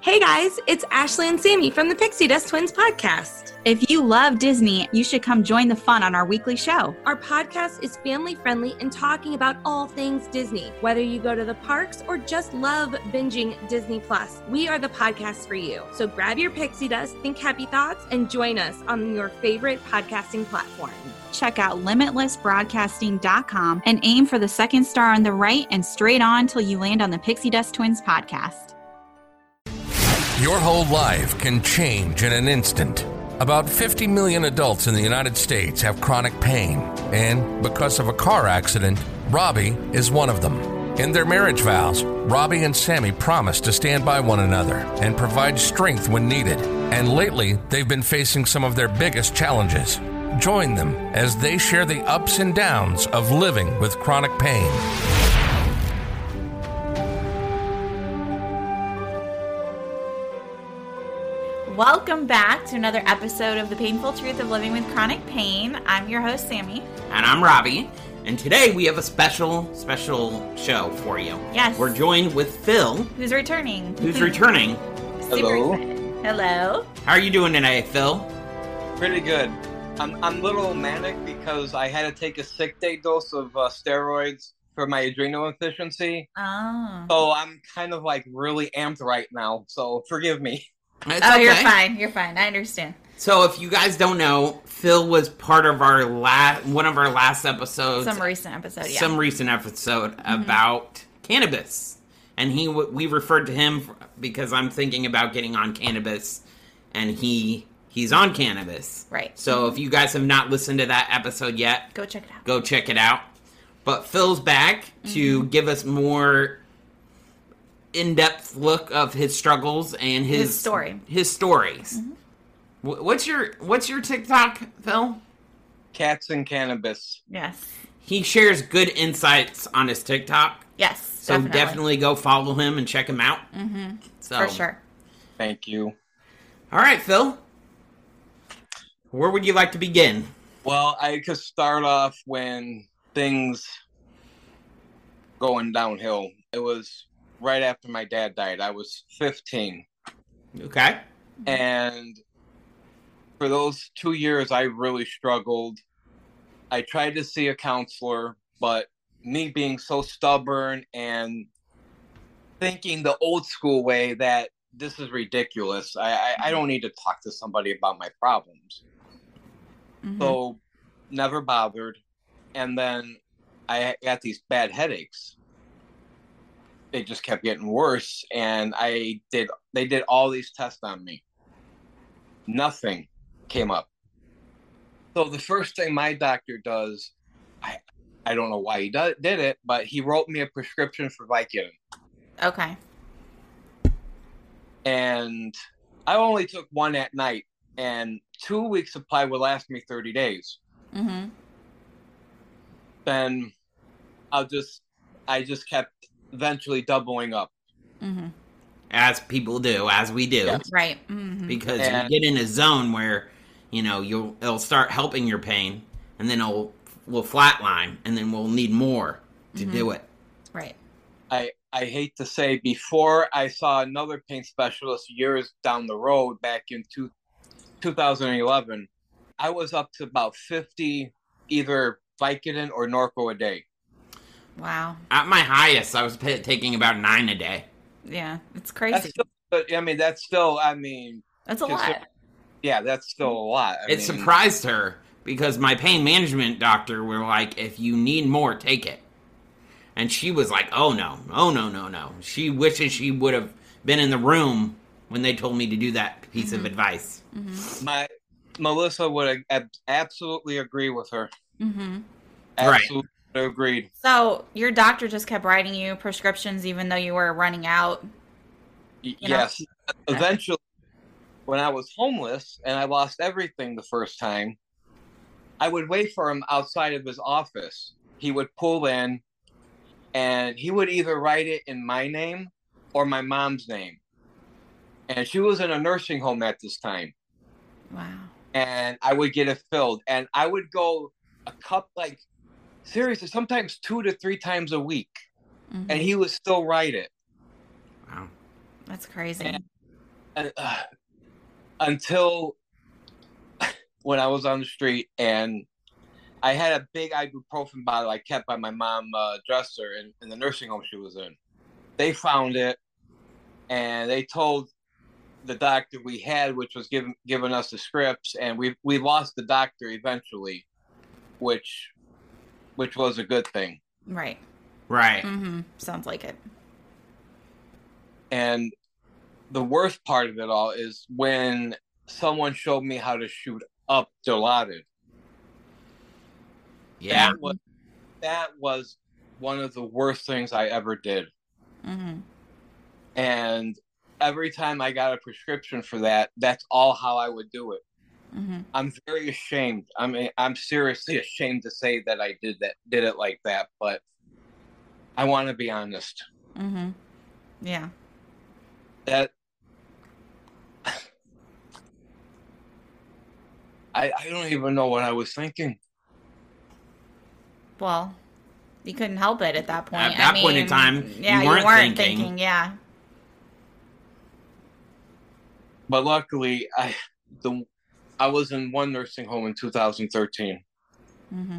Hey guys, it's Ashley and Sammy from the Pixie Dust Twins podcast. If you love Disney, you should come join the fun on our weekly show. Our podcast is family friendly and talking about all things Disney. Whether you go to the parks or just love binging Disney Plus, we are the podcast for you. So grab your pixie dust, think happy thoughts, and join us on your favorite podcasting platform. Check out limitlessbroadcasting.com and aim for the second star on the right and straight on till you land on the Pixie Dust Twins podcast. Your whole life can change in an instant. About 50 million adults in the United States have chronic pain, and because of a car accident, Robbie is one of them. In their marriage vows, Robbie and Sammy promise to stand by one another and provide strength when needed. And lately, they've been facing some of their biggest challenges. Join them as they share the ups and downs of living with chronic pain. Welcome back to another episode of The Painful Truth of Living with Chronic Pain. I'm your host, Sammy. And I'm Robbie. And today we have a special, special show for you. Yes. Mm-hmm. We're joined with Phil, Who's returning? who's returning. Super Hello. excited. Hello. How are you doing today, Phil? Oh, Pretty good. I'm, I'm a little manic because I had to take a sick day dose of uh, steroids for my adrenal efficiency. Oh. So I'm kind of like really amped right now. So forgive me. It's Oh, you're okay. fine. You're fine. I understand. So if you guys don't know, Phil was part of our last one of our last episodes. Some recent episode, yeah. Mm-hmm. some recent episode about cannabis, and he w- we referred to him f- because I'm thinking about getting on cannabis, and he he's on cannabis. Right. So if you guys have not listened to that episode yet, Go check it out. go check it out. But Phil's back Mm-hmm. to give us more in-depth look of his struggles and his, His story. Mm-hmm. His stories. Wh- What's your What's your TikTok, Phil? Cats and cannabis. Yes. He shares good insights on his TikTok. Yes. So definitely. go follow him and check him out. Mm-hmm. So, For sure. Thank you. All right, Phil. Where would you like to begin? Well, I could start off when things going downhill. It was right after my dad died. I was 15. Okay. and for those two years i really struggled i tried to see a counselor but me being so stubborn and thinking the old school way that this is ridiculous i i, I don't need to talk to somebody about my problems Mm-hmm. so never bothered and then i got these bad headaches they just kept getting worse and i did they did all these tests on me nothing came up so the first thing my doctor does i i don't know why he do, did it but he wrote me a prescription for vicodin Okay. and i only took one at night and two weeks supply would last me 30 days Mm-hmm. then i'll just i just kept eventually doubling up Mm-hmm. As people do, as we do, Yes. Right. Mm-hmm. because And- you get in a zone where you know you'll it'll start helping your pain, and then it'll will flatline, and then we'll need more to do it. Right. I I hate to say before I saw another pain specialist years down the road back in two, 2011, I was up to about 50 either Vicodin or Norco a day. Wow. At my highest, I was pa taking about nine a day. Yeah. It's That's crazy. still, but, I mean, that's still. I mean, That's a consider- lot. yeah, that's still a lot. I it mean, surprised her because my pain management doctor were like, if you need more, take it. And she was like, oh no, oh no, no, no. She wishes she would have been in the room when they told me to do that piece of advice. Mm-hmm. My Melissa would ab- absolutely agree with her. Mm-hmm. Right. Absolutely agreed. So your doctor just kept writing you prescriptions even though you were running out. Y- You know? yes. Eventually, when I was homeless and I lost everything the first time, I would wait for him outside of his office. He would pull in and he would either write it in my name or my mom's name. And she was in a nursing home at this time. Wow. And I would get it filled. And I would go a cup, like, seriously, sometimes two to three times a week. Mhm. And he would still write it. Wow. That's crazy. And- and, uh, until when I was on the street and I had a big ibuprofen bottle I kept by my mom uh, dresser in, in the nursing home she was in. They found it and they told the doctor we had, which was giving giving us the scripts, and we we lost the doctor eventually, which which was a good thing. Right. Right. Mm-hmm. Sounds like it. And the worst part of it all is when someone showed me how to shoot up Dilaudid. Yeah. That was, that was one of the worst things I ever did. Mm-hmm. And every time I got a prescription for that, that's all how I would do it. Mm-hmm. I'm very ashamed. I mean, I'm seriously ashamed to say that I did that, did it like that, but I want to be honest. Mm-hmm. Yeah. That I, I don't even know what I was thinking. Well, you couldn't help it at that point. At I that point in mean, time, you yeah, weren't thinking. thinking. Yeah. But luckily, I the I was in one nursing home in 2013. Mm-hmm.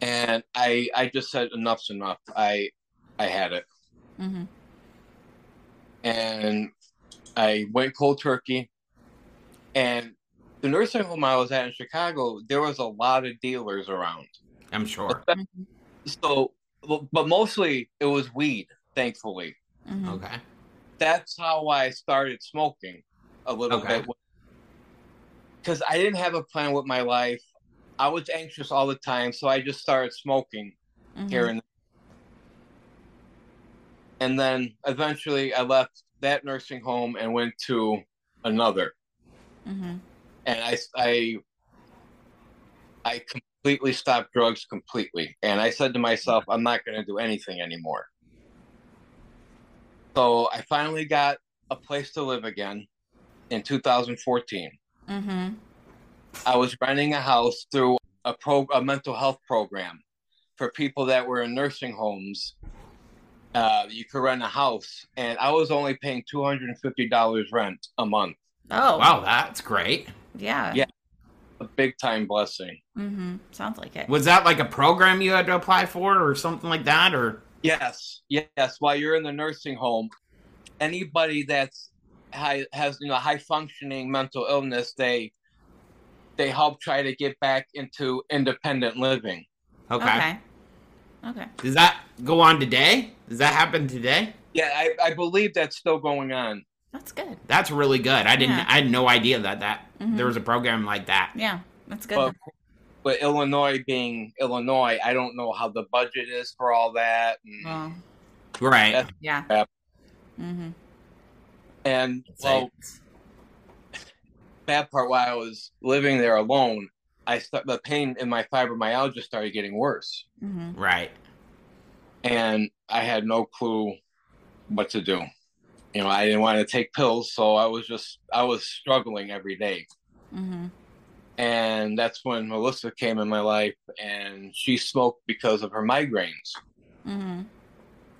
and I I just said enough's enough. I I had it, Mm-hmm. and I went cold turkey. And the nursing home I was at in Chicago, there was a lot of dealers around. I'm sure. So, but mostly it was weed. Thankfully, Mm-hmm. Okay. that's how I started smoking a little Okay. bit because I didn't have a plan with my life. I was anxious all the time, so I just started smoking. Mm-hmm. Mm-hmm. here and and then eventually I left that nursing home and went to another Mm-hmm. and I I I completely stopped drugs completely and I said to myself I'm not going to do anything anymore. So I finally got a place to live again in 2014. Mm-hmm. I was renting a house through a pro a mental health program for people that were in nursing homes. Uh, you could rent a house, and I was only paying two hundred and fifty dollars rent a month. Oh. Wow, that's great. Yeah. Yeah. A big time blessing. Mm-hmm. Sounds like it. Was that like a program you had to apply for or something like that? Or Yes, yes. While you're in the nursing home, anybody that's high, has you know high functioning mental illness, they they help try to get back into independent living. okay. Okay. Okay. Does that go on today? Does that happen today? Yeah, I, I believe that's still going on. That's good. That's really good. I didn't. Yeah. I had no idea that that Mhm. there was a program like that. Yeah. That's good. But, but Illinois being Illinois, I don't know how the budget is for all that. And, Mm. well, Right. That's- yeah. Yeah. Mm-hmm. and It's well, like- bad part while I was living there alone, I st- the pain in my fibromyalgia started getting worse, Mm-hmm. right. and I had no clue what to do. You know, I didn't want to take pills, so I was just I was struggling every day. Mm-hmm. And that's when Melissa came in my life, and she smoked because of her migraines. Mm-hmm.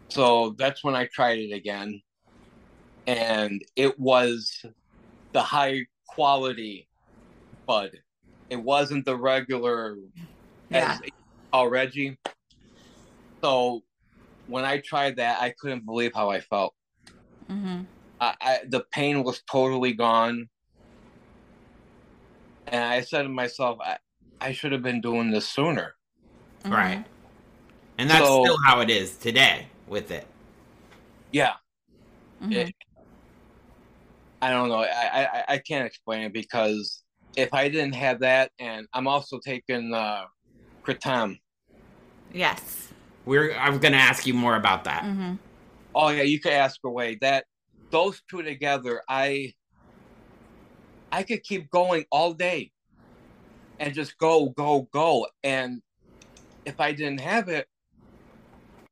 So that's when I tried it again. And it was the high quality bud. It wasn't the regular Yeah. as a Reggie. So when I tried that, I couldn't believe how I felt. Mm-hmm. I, I the pain was totally gone, and I said to myself, I, I should have been doing this sooner. Mm-hmm. Right. And that's So- still how it is today with it. Yeah, Mm-hmm. Mhm. It- I don't know. I, I I- I can't explain it because if I didn't have that, and I'm also taking uh, Kratom. Yes. Mm-hmm. We're I'm gonna ask you more about that. Mhm. Oh yeah, you could ask away that. Those two together, I I could keep going all day, and just go, go, go. And if I didn't have it,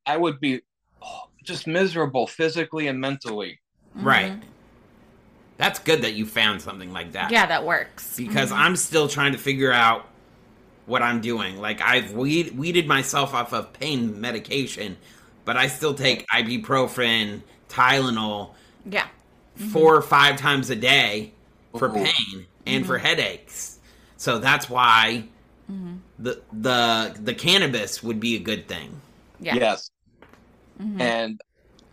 I would be oh, just miserable physically and mentally. Right. That's good that you found something like that. Yeah, that works. Because I'm still trying to figure out what I'm doing. Like I've weed, weeded myself off of pain medication, but I still take ibuprofen, Tylenol Yeah. Mm-hmm. four or five times a day for Ooh. pain and for headaches. So that's why the the the cannabis would be a good thing. Yeah. Yes, Mhm. and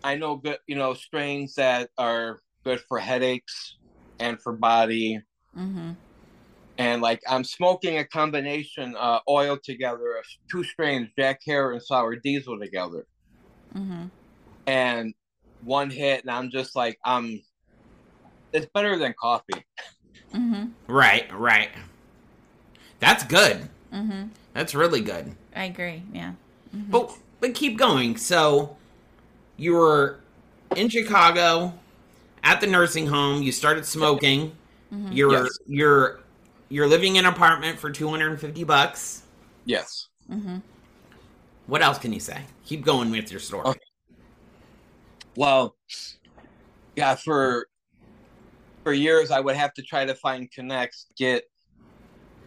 I know good, you know, strains that are good for headaches and for body. Mm-hmm. Mhm. and like I'm smoking a combination uh, oil together of two strains, Jack Hare and Sour Diesel together, Mm-hmm. Mhm. and one hit, and I'm just like I'm. It's better than coffee. Mm-hmm. Mhm. Right, right. That's good. Mhm. That's really good. Mm-hmm. Mm-hmm. I agree. Yeah. But but keep going. So you were in Chicago at the nursing home. You started smoking. You're Yes. you're you're living in an apartment for two hundred and fifty bucks. Yes. Mm-hmm. What else can you say? Keep going with your story. Okay. Well, yeah. For for years, I would have to try to find connects to get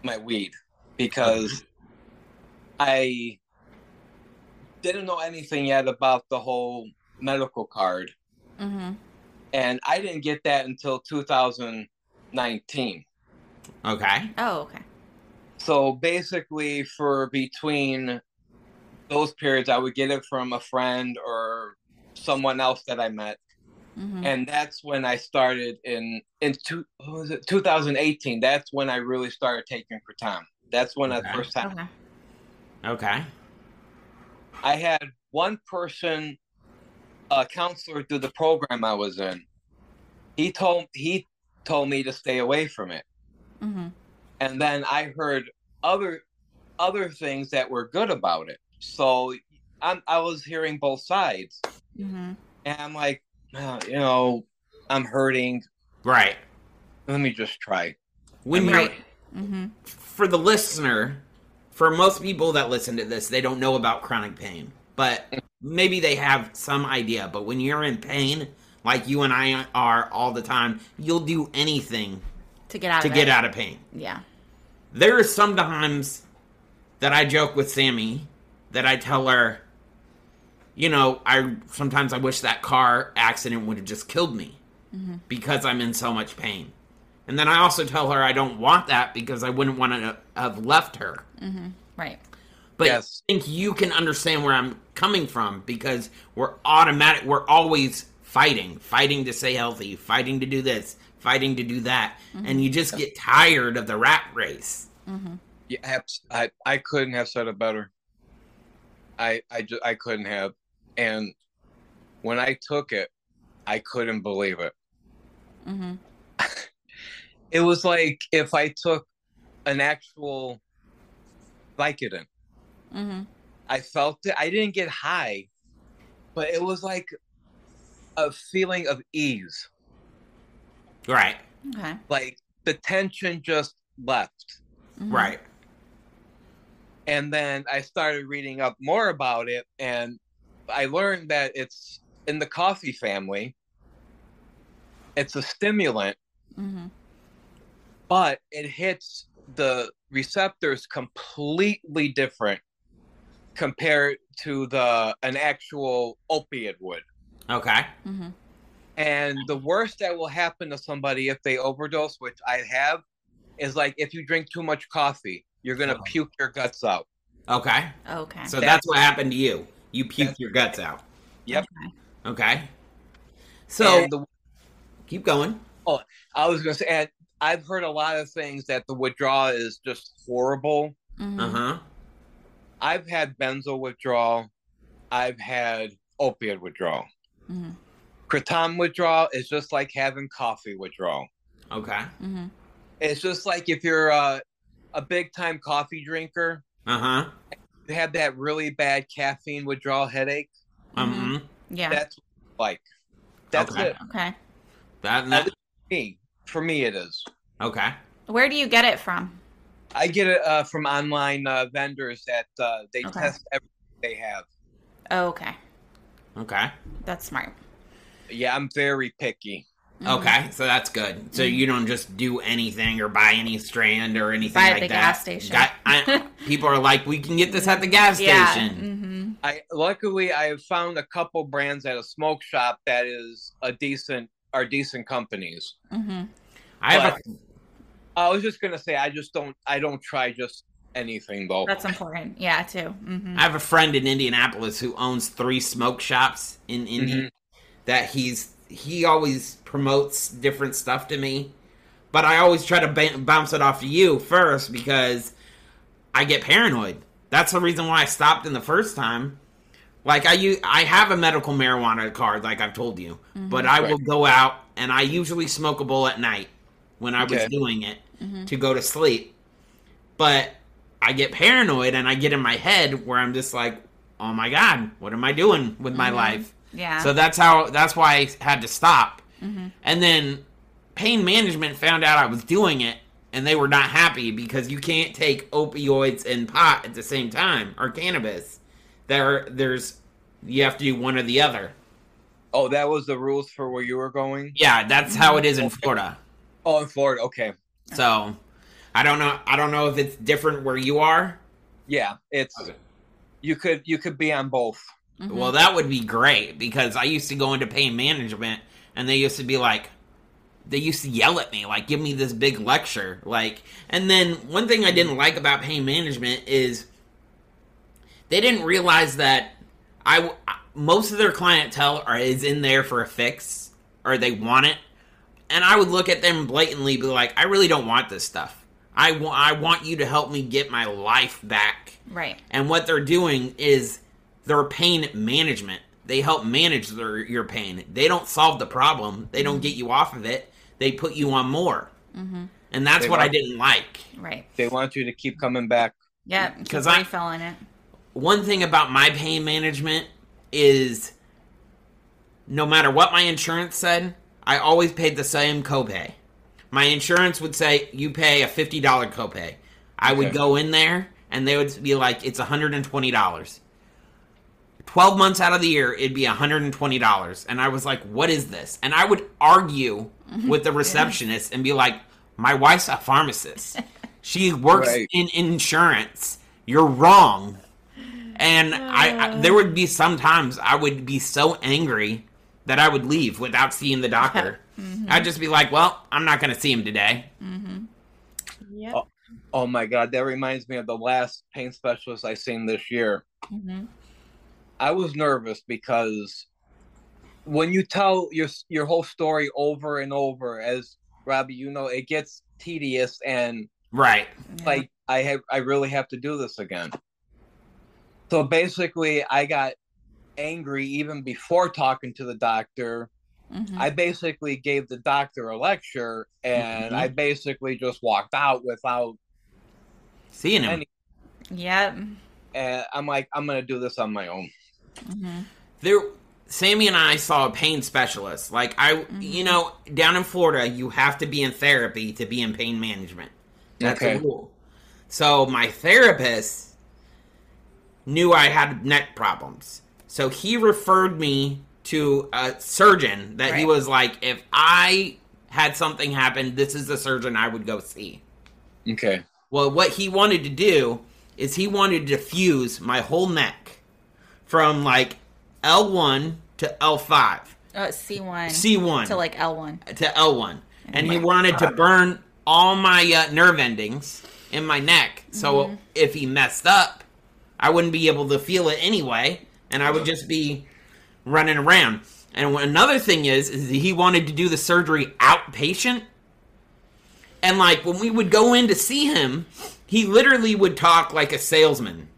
my weed because I didn't know anything yet about the whole medical card. Mm-hmm. Mhm. and I didn't get that until 2019. Okay. Oh, okay. So basically, for between those periods, I would get it from a friend or someone else that I met, Mhm. Mm-hmm. and that's when I started in in two, what was it 2018. That's when I really started taking kratom. That's when I Okay. first time Okay. Okay. I had one person, a counselor through the program I was in. He told he told me to stay away from it. Mm-hmm. Mhm. and then I heard other other things that were good about it. So I'm, I was hearing both sides, Mm-hmm. Mhm. and I'm like, "Oh, you know, I'm hurting. Right. Let me just try. When I you mean- are Mhm. for the listener, for most people that listen to this, they don't know about chronic pain, but maybe they have some idea. But when you're in pain, like you and I are all the time, you'll do anything To get out to of get it. out of pain. Yeah. There are some times that I joke with Sammy that I tell her, you know, I sometimes I wish that car accident would have just killed me because I'm in so much pain. And then I also tell her I don't want that because I wouldn't want to have left her. Right. But I Yes. think you can understand where I'm coming from because we're automatic. We're always fighting, fighting to stay healthy, fighting to do this, fighting to do that, and you just get tired of the rat race. Yeah, abs- I I couldn't have said it better. I I just I couldn't have. And when I took it, I couldn't believe it. Mm-hmm. Mhm. It was like if I took an actual Vicodin. Mhm. Mm-hmm. I felt it. I didn't get high, but it was like a feeling of ease. Right, Okay. Like the tension just left. Mm-hmm. Mhm. right. And then I started reading up more about it, and I learned that it's in the coffee family. It's a stimulant, Mm-hmm. Mhm. but it hits the receptors completely different compared to the an actual opiate would. Okay, Mm-hmm. Mhm. And the worst that will happen to somebody if they overdose, which I have, is like if you drink too much coffee, you're gonna puke your guts out. Okay. Okay. So that's what happened to you. You puked your guts out. Yep. Okay. So And the, keep going. I was gonna say, and I've heard a lot of things that the withdrawal is just horrible. Mm-hmm. Uh huh. I've had benzo withdrawal. I've had opiate withdrawal. Mhm. Mm-hmm. Kratom withdrawal is just like having coffee withdrawal. Okay. Mm-hmm. It's just like if you're a, a big time coffee drinker, Uh huh. you have that really bad caffeine withdrawal headache. Um. hmm yeah. That's like Mm-hmm. that's Okay. it. okay. That, that- Me for me, it is. Okay. Where do you get it from? I get it uh, from online uh, vendors that uh, they Okay. test everything they have. Oh, Okay. Okay. That's smart. Mm-hmm. Yeah, I'm very picky. Okay. So that's good. Mm-hmm. So you don't just do anything or buy any strand or anything Buy at like the that. gas station. Got- I- people are like, we can get this at the gas station. Mm-hmm. I luckily I have found a couple brands at a smoke shop that is a decent are decent companies. Mm-hmm. I have a, I was just gonna say I just don't I don't try just anything though. That's important. Yeah, too. Mm-hmm. I have a friend in Indianapolis who owns three smoke shops in Indy that he's he always promotes different stuff to me, but I always try to ba- bounce it off to you first because I get paranoid. That's the reason why I stopped in the first time. Like I u- I have a medical marijuana card, like I've told you, but I will go out and I usually smoke a bowl at night when I was Okay. doing it to go to sleep. But I get paranoid and I get in my head where I'm just like, oh my god, what am I doing with my life? Yeah. Mm-hmm. So that's how that's why I had to stop. And then pain management found out I was doing it and they were not happy because you can't take opioids and pot at the same time or cannabis. There there's you have to do one or the other. Oh, that was the rules for where you were going? Yeah, that's how it is in Florida. Oh in Florida, okay. So I don't know I don't know if it's different where you are. Yeah. It's Okay. you could you could be on both. Mm-hmm. Mm-hmm. Well, that would be great because I used to go into pain management and they used to be like, they used to yell at me, like, give me this big lecture. Like, and then one thing I didn't like about pain management is they didn't realize that I, w- most of their clientele are, is in there for a fix or they want it. And I would look at them blatantly, be like, I really don't want this stuff. I wa- I want you to help me get my life back. right. And what they're doing is their pain management. They help manage their your pain. They don't solve the problem. They don't get you off of it. They put you on more. And that's They what I want- didn't like. Right. They want you to keep coming back. Yep. 'Cause Because I- I fell in it. One thing about my pain management is no matter what my insurance said, I always paid the same copay. My insurance would say you pay a $50 copay. I would Okay. go in there and they would be like it's $120. 12 months out of the year it'd be $120 and I was like what is this? And I would argue with the receptionist and be like my wife's a pharmacist. She works Right. in insurance. You're wrong. And I, I there would be sometimes I would be so angry that I would leave without seeing the doctor. Mm-hmm. I'd just be like, "Well, I'm not going to see him today." Yep. Oh. Oh my god, that reminds me of the last pain specialist I seen this year. Mm-hmm. I was nervous because when you tell your your whole story over and over, as Robbie, you know, it gets tedious and Right. like I have I really have to do this again. So basically, I got angry even before talking to the doctor. Mm-hmm. I basically gave the doctor a lecture, and Mhm. I basically just walked out without. Seeing him. Any- Yep. And I'm like, I'm gonna do this on my own. Mm-hmm. there Sammy and I saw a pain specialist. Like I you know, down in Florida, you have to be in therapy to be in pain management. That's a Okay. rule. So my therapist knew I had neck problems. So he referred me to a surgeon that he Right. was like, if I had something happen, this is the surgeon I would go see. Okay. Well, what he wanted to do is he wanted to diffuse my whole neck from like L1 to L5, Oh, it's C1. C1 To like L1. to L1. And he wanted to burn Mm-hmm. all my uh, nerve endings in my neck. So if he messed up, I wouldn't be able to feel it anyway, and I would just be running around. And wh- another thing is, is he wanted to do the surgery outpatient. And like when we would go in to see him, he literally would talk like a salesman.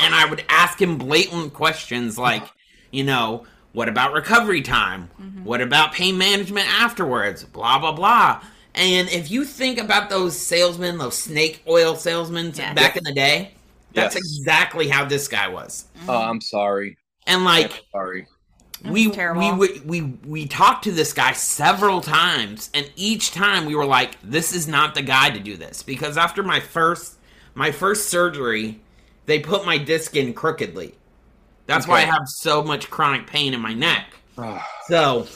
And I would ask him blatant questions like, you know, what about recovery time? What about pain management afterwards? Blah, blah, blah. And if you think about those salesmen, those snake oil salesmen Yeah. back in the day, that's Yes. exactly how this guy was. Oh, I'm sorry. And like, I'm sorry. That's we, we terrible. would- we we talked to this guy several times and each time we were like this is not the guy to do this because after my first my first surgery they put my disc in crookedly that's why i Okay. have so much chronic pain in my neck Ah. so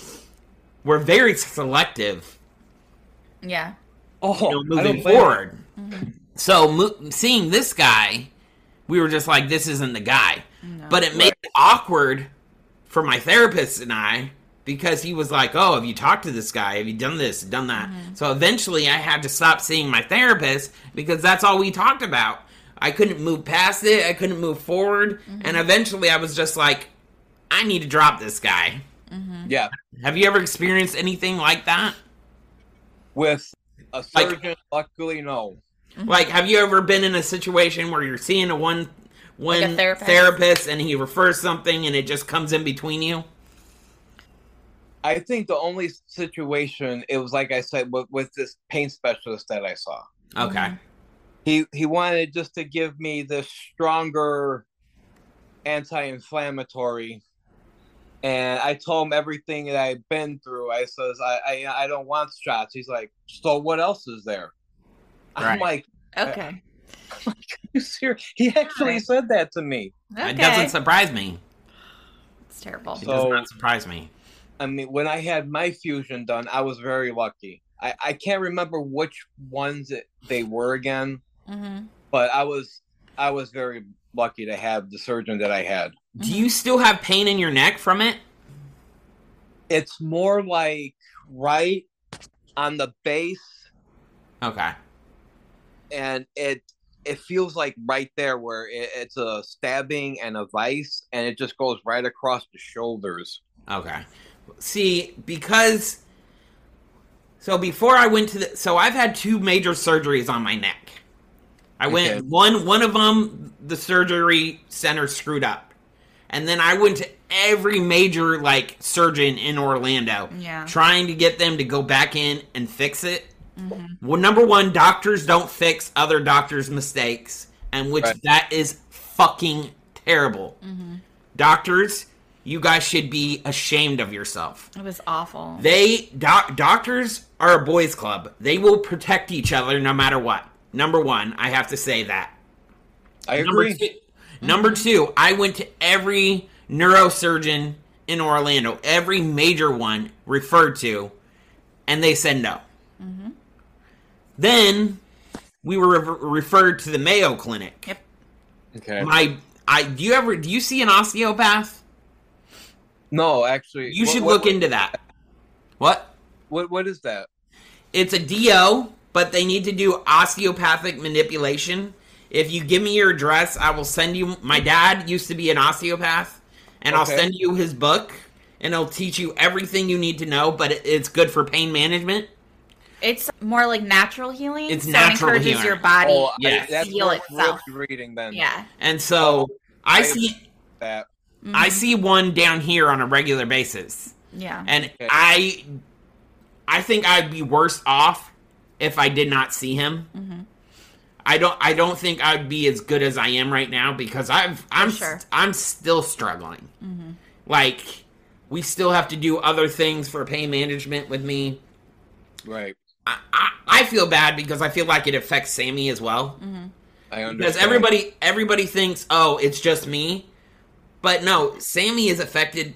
we're very selective Yeah. Oh, you know, I don't moving blame you. Mm-hmm. forward so mo- seeing this guy we were just like this isn't the guy but it made it awkward for my therapist and I because he was like, "Oh, have you talked to this guy? Have you done this, done that?" Mm-hmm. So eventually, I had to stop seeing my therapist because that's all we talked about. I couldn't move past it. I couldn't move forward, Mm-hmm. and eventually, I was just like, "I need to drop this guy." Yeah, Have you ever experienced anything like that? with a Like- surgeon, luckily, no. Like, have you ever been in a situation where you're seeing a one one Mm-hmm. Like a therapist? therapist and he refers something and it just comes in between you? I think the only situation it was like I said with, with this pain specialist that I saw. Okay. Mm-hmm. He he wanted just to give me this stronger anti-inflammatory, and I told him everything that I've been through. I says I I, I don't want shots. He's like, so what else is there? Right. I'm like, Okay. you serious? He actually Right. said that to me. Okay. It doesn't surprise me. it's terrible. It So- does not surprise me. I mean, when I had my fusion done, I was very lucky. I, I can't remember which ones it, they were again, Mm-hmm. but I was I was very lucky to have the surgeon that I had. Do you still have pain in your neck from it? It's more like right on the base, Okay. and it it feels like right there where it, it's a stabbing and a vice, and it just goes right across the shoulders. Okay. See, because so before I went to the so I've had two major surgeries on my neck. I Okay. went one one of them the surgery center screwed up. And then I went to every major like surgeon in Orlando Yeah. trying to get them to go back in and fix it. Well, number one, doctors don't fix other doctors' mistakes, and which Right. that is fucking terrible. Doctors, you guys should be ashamed of yourself. It was awful. They doc- doctors are a boys club. They will protect each other no matter what. Number one, I have to say that. I Number agree. two, number two, I went to every neurosurgeon in Orlando, every major one referred to, and they said no. Then we were re- referred to the Mayo Clinic. Yep. Okay. My, I do you ever do you see an osteopath? no, actually, You what- should what- look into that. What? What what is that? It's a DO, but they need to do osteopathic manipulation. If you give me your address, I will send you. My dad used to be an osteopath, and I'll Okay. send you his book, and it'll teach you everything you need to know. But it- it's good for pain management. It's more like natural healing. It's so natural it encourages healing. your body Oh, I- yes. that's heal worth itself. reading then. Yeah. And so I Oh, I- see, That I see one down here on a regular basis, Yeah. and Okay. I, I think I'd be worse off if I did not see him. I don't I don't think I'd be as good as I am right now because I've I'm sure. st- I'm still struggling. Like we still have to do other things for pain management with me. right. I, I, I feel bad because I feel like it affects Sammy as well. I understand. Because everybody everybody thinks, "Oh, it's just me." But no, Sammy is affected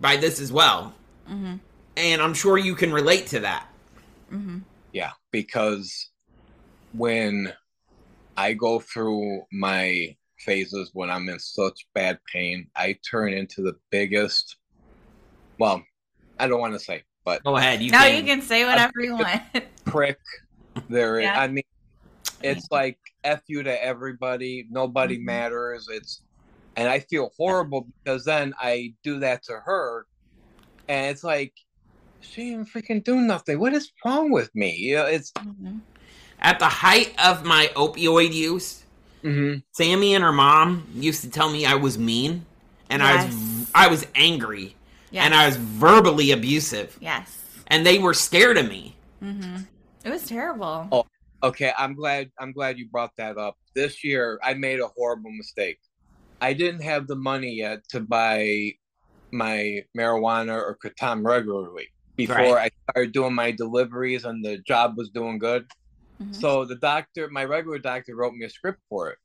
by this as well. Mm-hmm, And I'm sure you can relate to that. mm-hmm. Yeah, because when I go through my phases when I'm in such bad pain, I turn into the biggest. Well, I don't want to say, but Go ahead, you now can. you can say whatever you want. prick there. is. Yeah. I mean, It's like f you to everybody. Nobody Mhm. matters. It's and I feel horrible because then I do that to her, and it's like she didn't freaking do nothing. What is wrong with me? You know, it's Mm-hmm. Mhm. At the height of my opioid use, mhm. Sammy and her mom used to tell me I was mean, and I was Yes. I was angry, Yes. and I was verbally abusive, Yes. Mm-hmm. and they were scared of me. Mhm. It was terrible. Oh. okay. I'm glad. I'm glad you brought that up. This year, I made a horrible mistake. I didn't have the money yet to buy my marijuana or kratom regularly before I started doing my deliveries and the job was doing good. Mm-hmm, Mhm. So the doctor, my regular doctor, wrote me a script for it.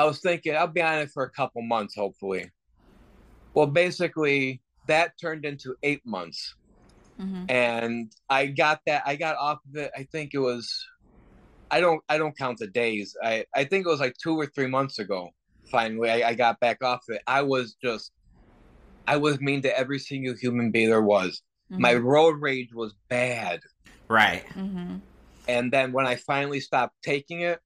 I was thinking I'll be on it for a couple months, hopefully. Well, basically, that turned into eight months, mm-hmm, Mhm. and I got that. I got off of it. I think it was. I don't. I don't count the days. I. I think it was like two or three months ago. Finally, I, I got back off of it. I was just. I was mean to every single human being there was. mm-hmm. Mm-hmm. My road rage was bad. Right. Mm-hmm. Mhm. and then when I finally stopped taking it,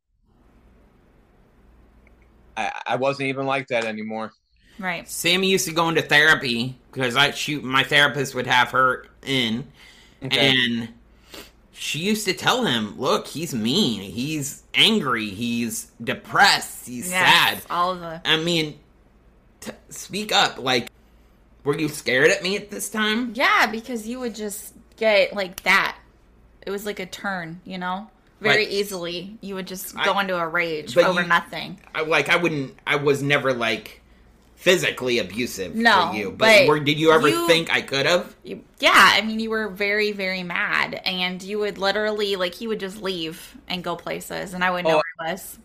I, I wasn't even like that anymore. Right. Sammy used to go into therapy because I shoot my therapist would have her in, and she used to tell him, "Look, he's mean. He's angry. He's depressed. He's Yes, sad." All of the. I mean, t- speak up. Like, were you scared at me at this time? Yeah, because you would just get like that. It was like a turn, you know? Very Like- easily. You would just I- go into a rage But over you- nothing. I like. I wouldn't. I was never like physically abusive No, to you. But, but were, did you ever you- think I could have? You- Yeah, I mean, you were very, very mad. And you would literally, like, he would just leave and go places. And I would know Oh. where he was.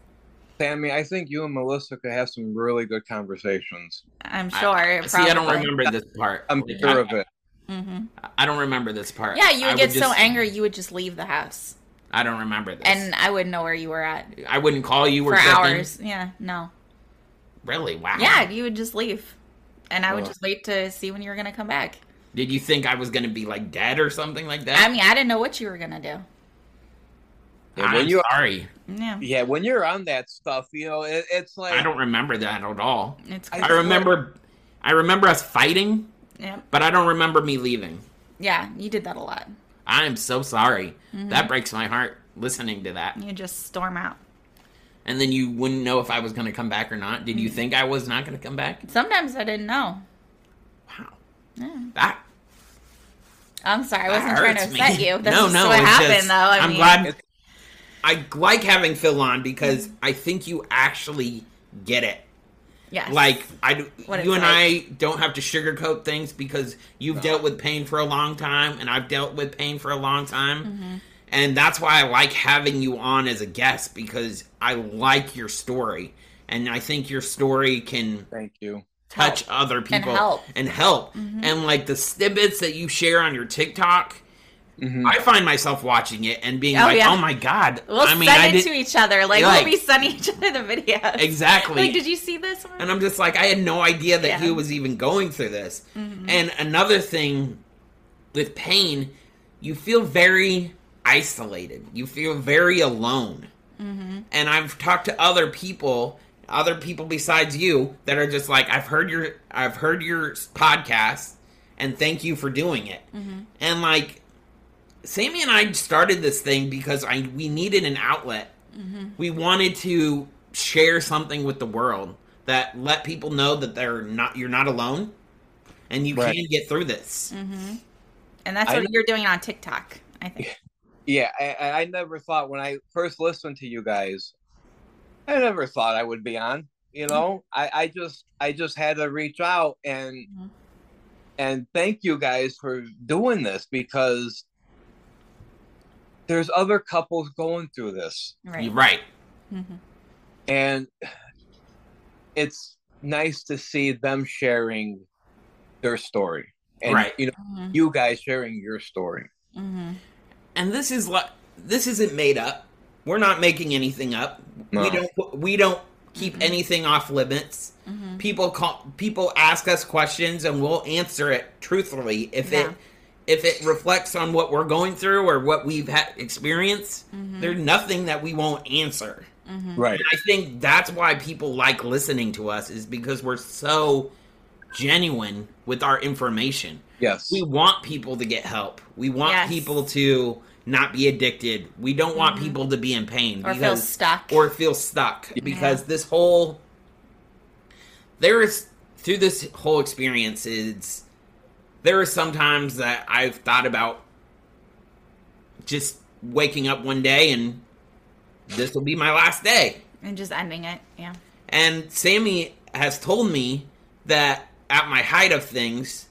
Sammy, I think you and Melissa could have some really good conversations. I'm sure. See, I don't probably. Mm-hmm. remember this part. I'm Like, sure I- of it. Mhm. I don't remember this part. Yeah, you I would get so just- angry, you would just leave the house. I don't remember this. And I would know where you were at I wouldn't call you for or something. hours. Yeah, no. Really? Wow. Yeah, you would just leave. And I would Ugh. just wait to see when you were going to come back. Did you think I was gonna be like dead or something like I that? mean, I didn't know what you were going to do. Yeah, I'm when you sorry. Yeah, yeah, when you're on that stuff, you know, it, it's like I don't remember that at all. it's I- I remember, I remember us fighting, yeah, but I don't remember me leaving. yeah. You did that a lot. I am so sorry. That breaks my heart listening to that. You just storm out. And then you wouldn't know if I was gonna come back or not. Did Mm. you think I was not gonna come back? Sometimes I didn't know. Wow. Yeah. That, I'm sorry, I that wasn't trying hurts to me. upset you. That's no, just no. what it's happened, just- though. I I'm mean, glad. I like having Phil on because Mm. I think you actually get it. Yes. like I do, What you it's and like. I don't have to sugarcoat things because you've dealt with pain for a long time and I've dealt with pain for a long time. Mm-hmm. And that's why I like having you on as a guest because I like your story and I think your story can thank you. touch other people help. Mm-hmm. and help. And like the snippets that you share on your TikTok, Mhm. I find myself watching it and being Oh, like, yeah. "Oh my god." we'll I mean, send I it did to each other. Like, Like- we'll be sending each other the videos. Exactly. Like, did you see this one? And I'm just like, I had no idea that he Yeah. was even going through this. And another thing with pain, you feel very isolated. You feel very alone. And I've talked to other people, other people besides you, that are just like, I've heard your, I've heard your podcast, and thank you for doing it. And like, Sammy and I started this thing because I we needed an outlet. Mm-hmm. We wanted to share something with the world that let people know that they're not you're not alone and you Right. can get through this. Mm-hmm. and that's I- what you're doing on TikTok, I think. Yeah, I, I I never thought when I first listened to you guys, I never thought I would be on. You know, I, I just I just had to reach out and Mhm. and thank you guys for doing this because there's other couples going through this You're Right. Mm-hmm. right. and it's nice to see them sharing their story and Right. you know Mm-hmm. Mhm. you guys sharing your story. Mhm. And this is like this isn't made up. We're not making anything up. We No. don't we don't keep Mm-hmm. anything off limits. Mhm. People call people ask us questions and we'll answer it truthfully if Yeah. it if it reflects on what we're going through or what we've had experienced, Mm-hmm. there's nothing that we won't answer. Right. I think that's why people like listening to us is because we're so genuine with our information. Yes. We want people to get help. We want Yes. Mm-hmm. people to not be addicted. We don't want people to be in pain or feel stuck. or feel stuck because this whole there is through this whole experience is there are some times that I've thought about just waking up one day and this will be my last day. and just ending it. Yeah. And Sammy has told me that at my height of things,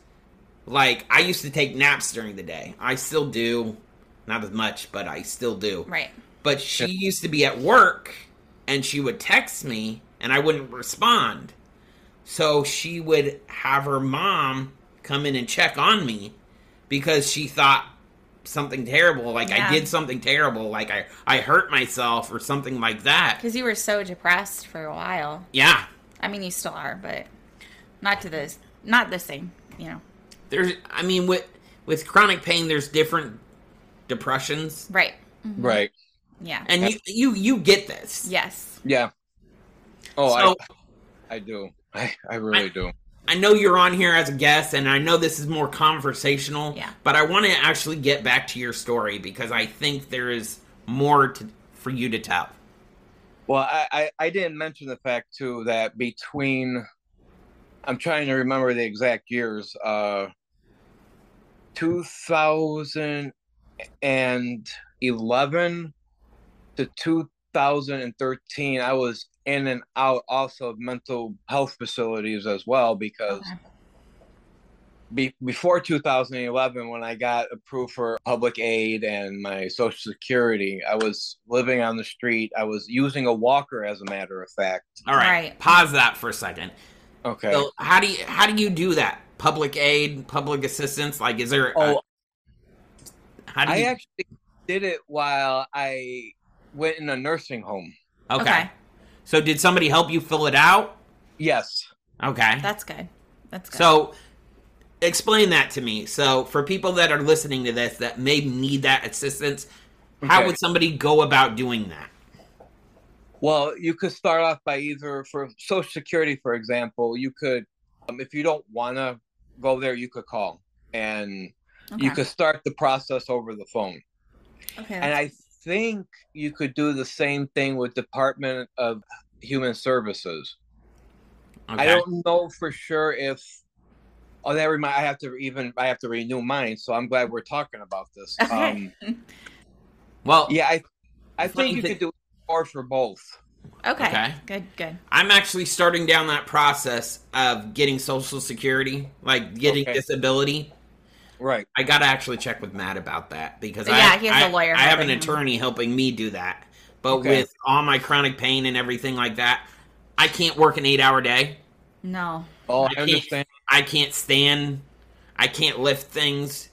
like I used to take naps during the day. I still do, not as much, but I still do. Right. But she used to be at work and she would text me and I wouldn't respond. So she would have her mom come in and check on me because she thought something terrible, like Yeah. I did something terrible, like I, I hurt myself or something like that. Because you were so depressed for a while. Yeah. I mean, you still are, but not to this, not the same. You know, There's I mean with with chronic pain there's different depressions. Right. Mm-hmm. Right. yeah, And you you you get this. yes, Yeah. Oh, So- I I do. I I really do. I know you're on here as a guest, and I know this is more conversational. Yeah. But I want to actually get back to your story because I think there is more to, for you to tell. Well, I, I I didn't mention the fact too that between, I'm trying to remember the exact years. Uh, 2011 to 2013, I was in and out also of mental health facilities as well because Okay. be- before 2011 when i got approved for public aid and my social security i was living on the street i was using a walker as a matter of fact All right, Right. Pause that for a second. okay So how do you how do you do that? Public aid, public assistance. Like, is there? a- Oh. how do i you? actually did it while i went in a nursing home okay. Okay. So did somebody help you fill it out? yes Okay. That's good. That's good. So explain that to me. So for people that are listening to this that may need that assistance, how Okay. would somebody go about doing that? Well, you could start off by either for Social Security, for example, you could, um, if you don't want to go there, you could call and you Okay. could start the process over the phone. okay, And I think you could do the same thing with Department of Human Services. I don't know for sure if. Oh, that remind. I have to even. I have to renew mine. So I'm glad we're talking about this. Um, Well, yeah, I, I Funny think you thing- could do or for both. okay. okay. Good. Good. I'm actually starting down that process of getting Social Security, like getting Okay. disability. Right. I gotta actually check with Matt about that because I, Yeah, he has I- a lawyer I have helping an him. attorney helping me do that, but Okay. with all my chronic pain and everything like that, I can't work an eight-hour day. no, Oh, I I can't- understand. I can't stand. I can't lift things.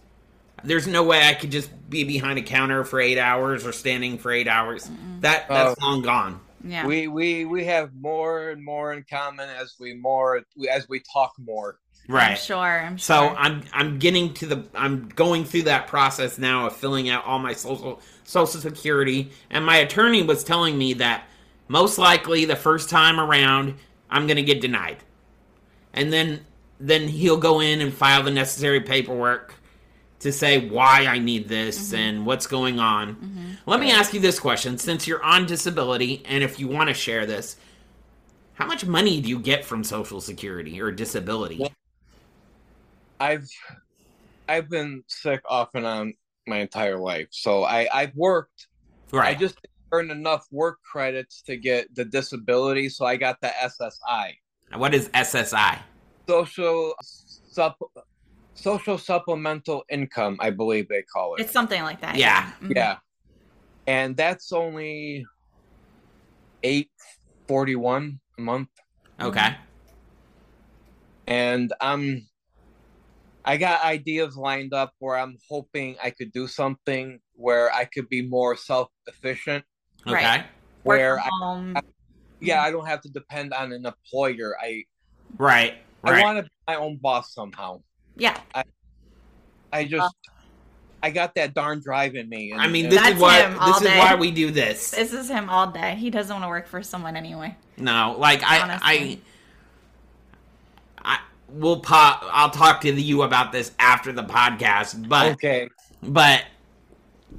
There's no way I could just be behind a counter for eight hours or standing for eight hours. That that's Oh. long gone. yeah, we we we have more and more in common as we more as we talk more Right. I'm sure, I'm So sure. I'm I'm getting to the I'm going through that process now of filling out all my social social security and my attorney was telling me that most likely the first time around I'm going to get denied. And then then he'll go in and file the necessary paperwork to say why I need this and what's going on. Let me ask you this question since you're on disability and if you want to share this how much money do you get from social security or disability? i've i've been sick off and on my entire life so i i've worked i Right. just earned enough work credits to get the disability so i got the ssi What is SSI? social sup social supplemental income i believe they call it It's something like that. Yeah. Mm-hmm. Mhm. yeah and that's only 841 a month Okay. Mm-hmm. and I'm I got ideas lined up where I'm hoping I could do something where I could be more self efficient. Okay. Right. Work Where from I, home. yeah, I don't have to depend on an employer. I Right. I Right. want to be my own boss somehow. yeah. I just, I got that darn drive in me. and- I mean, and- this That's is why him all this is day. why we do this. This is him all day. He doesn't want to work for someone anyway. No, like I, I, Honestly. I will pop. I'll talk to you about this after the podcast. But okay, but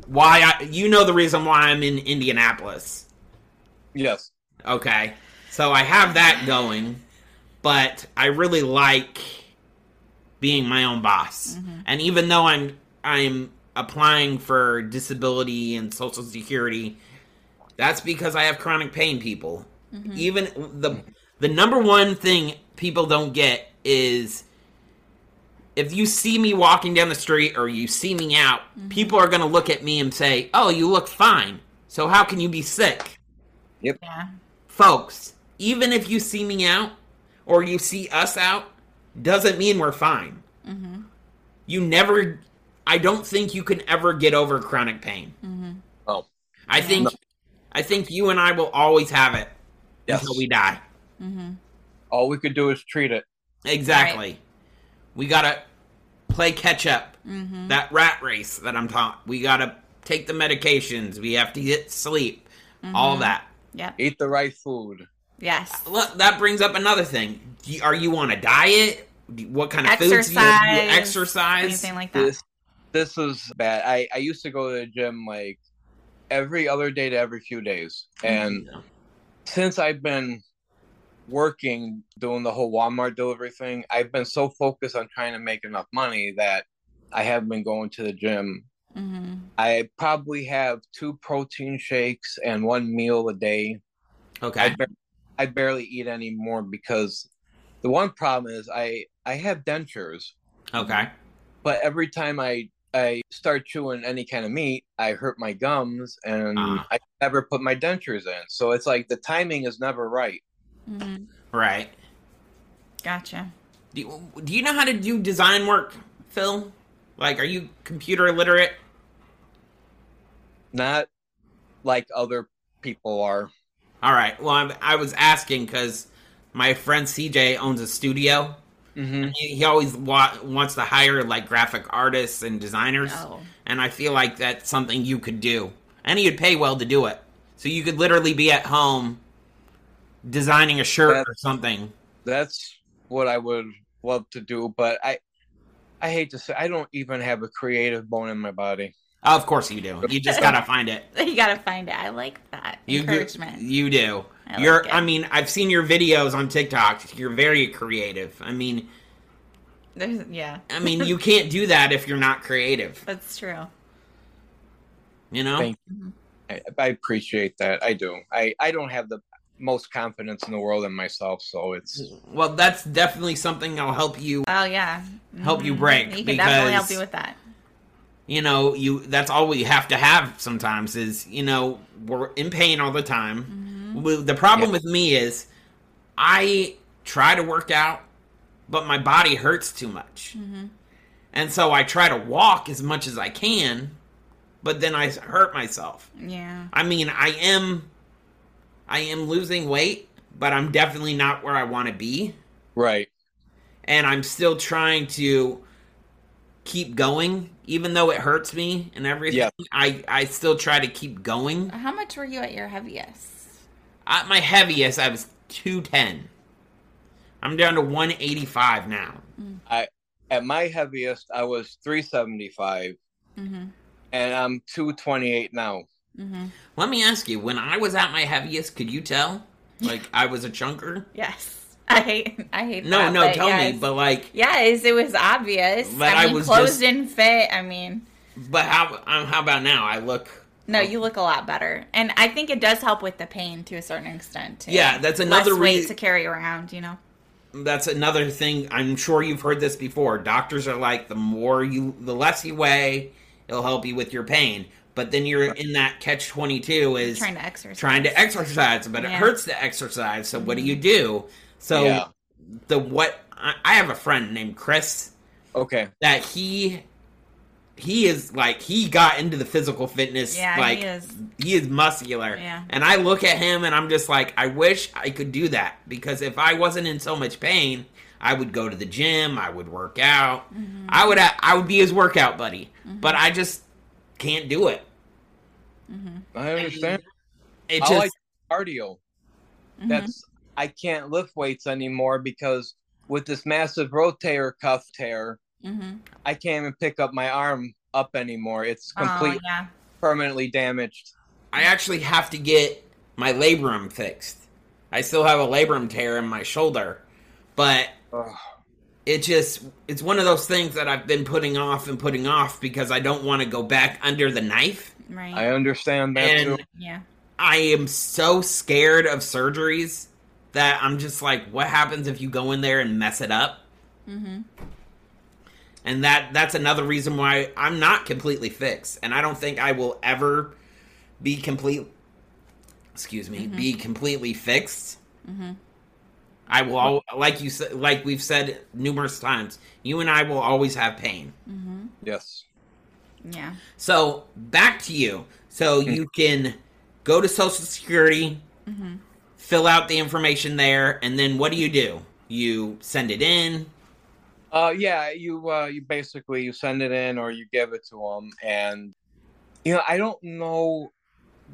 why? I, you know the reason why I'm in Indianapolis. yes, Okay, so I have that going, but I really like being my own boss. And even though I'm I'm applying for disability and social security, that's because I have chronic pain. People, even the the number one thing people don't get is if you see me walking down the street or you see me out, people are going to look at me and say, "Oh, you look fine." So how can you be sick? Yeah. folks, even if you see me out or you see us out, doesn't mean we're fine. You never, I don't think you can ever get over chronic pain. Mm-hmm. oh, I think, I think you and I will always have it yes. until we die. Mm-hmm. All we could do is treat it. Exactly. We gotta play catch up. Mm-hmm. That rat race that I'm taught. We gotta take the medications. We have to get sleep. All that. Mm-hmm. Yep. Eat the right food. Yes. Look, that brings up another thing. Do you- Are you on a diet? Do you- What kind of foods do you, do you Exercise, exercise? Anything like that. This, this is bad. I I used to go to the gym like every other day to every few days, and Yeah. since I've been working doing the whole Walmart delivery thing, I've been so focused on trying to make enough money that I haven't been going to the gym. Mm-hmm. I probably have two protein shakes and one meal a day. Okay. I barely eat anymore because the one problem is I I have dentures, Okay. but every time I I start chewing any kind of meat, I hurt my gums and Ah. I never put my dentures in. So it's like the timing is never right. Mm-hmm. Right. Gotcha. Do you, do you know how to do design work, Phil? Like, are you computer literate? Not like other people are. All right. Well, I'm, I was asking because my friend CJ owns a studio. Mm-hmm. He, he always wa- wants to hire like graphic artists and designers, Oh. and I feel like that's something you could do, and he'd pay well to do it. So you could literally be at home designing a shirt or That's- something. That's what I would love to do, but I I hate to say I don't even have a creative bone in my body. Of course you do. You just gotta find it. You gotta find it. I like that You do, encouragement. you do. I like You're. it. I mean, I've seen your videos on TikTok. You're very creative. I mean, There's, yeah, I mean, you can't do that if you're not creative. that's true. You know. Thank I, I appreciate that. I do. I I don't have the most confidence in the world in myself, so Mm. it's Well, that's definitely something I'll help you. Oh yeah. Help you Mhm. break, He can definitely because- help you with that. You know, you. That's all we have to have sometimes. Is you know we're in pain all the time. Well, The problem Yeah. with me is, I try to work out, but my body hurts too much. And so I try to walk as much as I can, but then I hurt myself. Yeah. I mean, I am I am losing weight, but I'm definitely not where I want to be, right. and I'm still trying to keep going even though it hurts me and everything. Yeah. I I still try to keep going. How much were you at your heaviest? At my heaviest, I was 210. I'm down to 185 now. At my heaviest, I was 375 Mm-hmm. and I'm 228 now. Mm-hmm. Let me ask you, when I was at my heaviest, could you tell like I was a chunker? Yes. I hate. I hate. No, that, no, but tell yes. me, but like Yes, it was obvious. But I I mean, was clothes just- didn't fit. I mean, but how um, how about now? I look no, you look a lot better, and I think it does help with the pain to a certain extent. Too. Yeah, that's another Less weight rea- to carry around. You know. that's another thing i'm sure you've heard this before doctors are like the more you the less you weigh it'll help you with your pain but then you're in that catch 22 is Trying to exercise. trying to exercise but it Yeah. Mm-hmm. hurts to exercise so what do you do so Yeah. the what I, I have a friend named chris Okay. that he he is like he got into the physical fitness Yeah, like he is. he is muscular. Yeah. And I look at him and I'm just like, I wish I could do that because if I wasn't in so much pain, I would go to the gym. I would work out. I would I would be his workout buddy. But I just can't do it. Mm-hmm. I understand. It I just Mm-hmm. like cardio. That's I can't lift weights anymore because with this massive rotator cuff tear, Mm-hmm. I can't even pick up my arm up anymore. Ah, It's Oh, completely yeah. permanently damaged. I actually have to get my labrum fixed. I still have a labrum tear in my shoulder, but Ugh. it just it's one of those things that I've been putting off and putting off because I don't want to go back under the knife. Right. I understand that And too. yeah. I am so scared of surgeries that I'm just like, what happens if you go in there and mess it up? Mm-hmm. And that that's another reason why I'm not completely fixed, and I don't think I will ever be complete. Excuse me, be completely fixed. Mhm. I will, al- like you said, like we've said numerous times, you and I will always have pain. Mm-hmm. Yes. Yeah. So back to you. So you can go to Social Security, Mhm. fill out the information there, and then what do you do? You send it in. Uh, yeah, you uh, you basically you send it in or you give it to them, and you know I don't know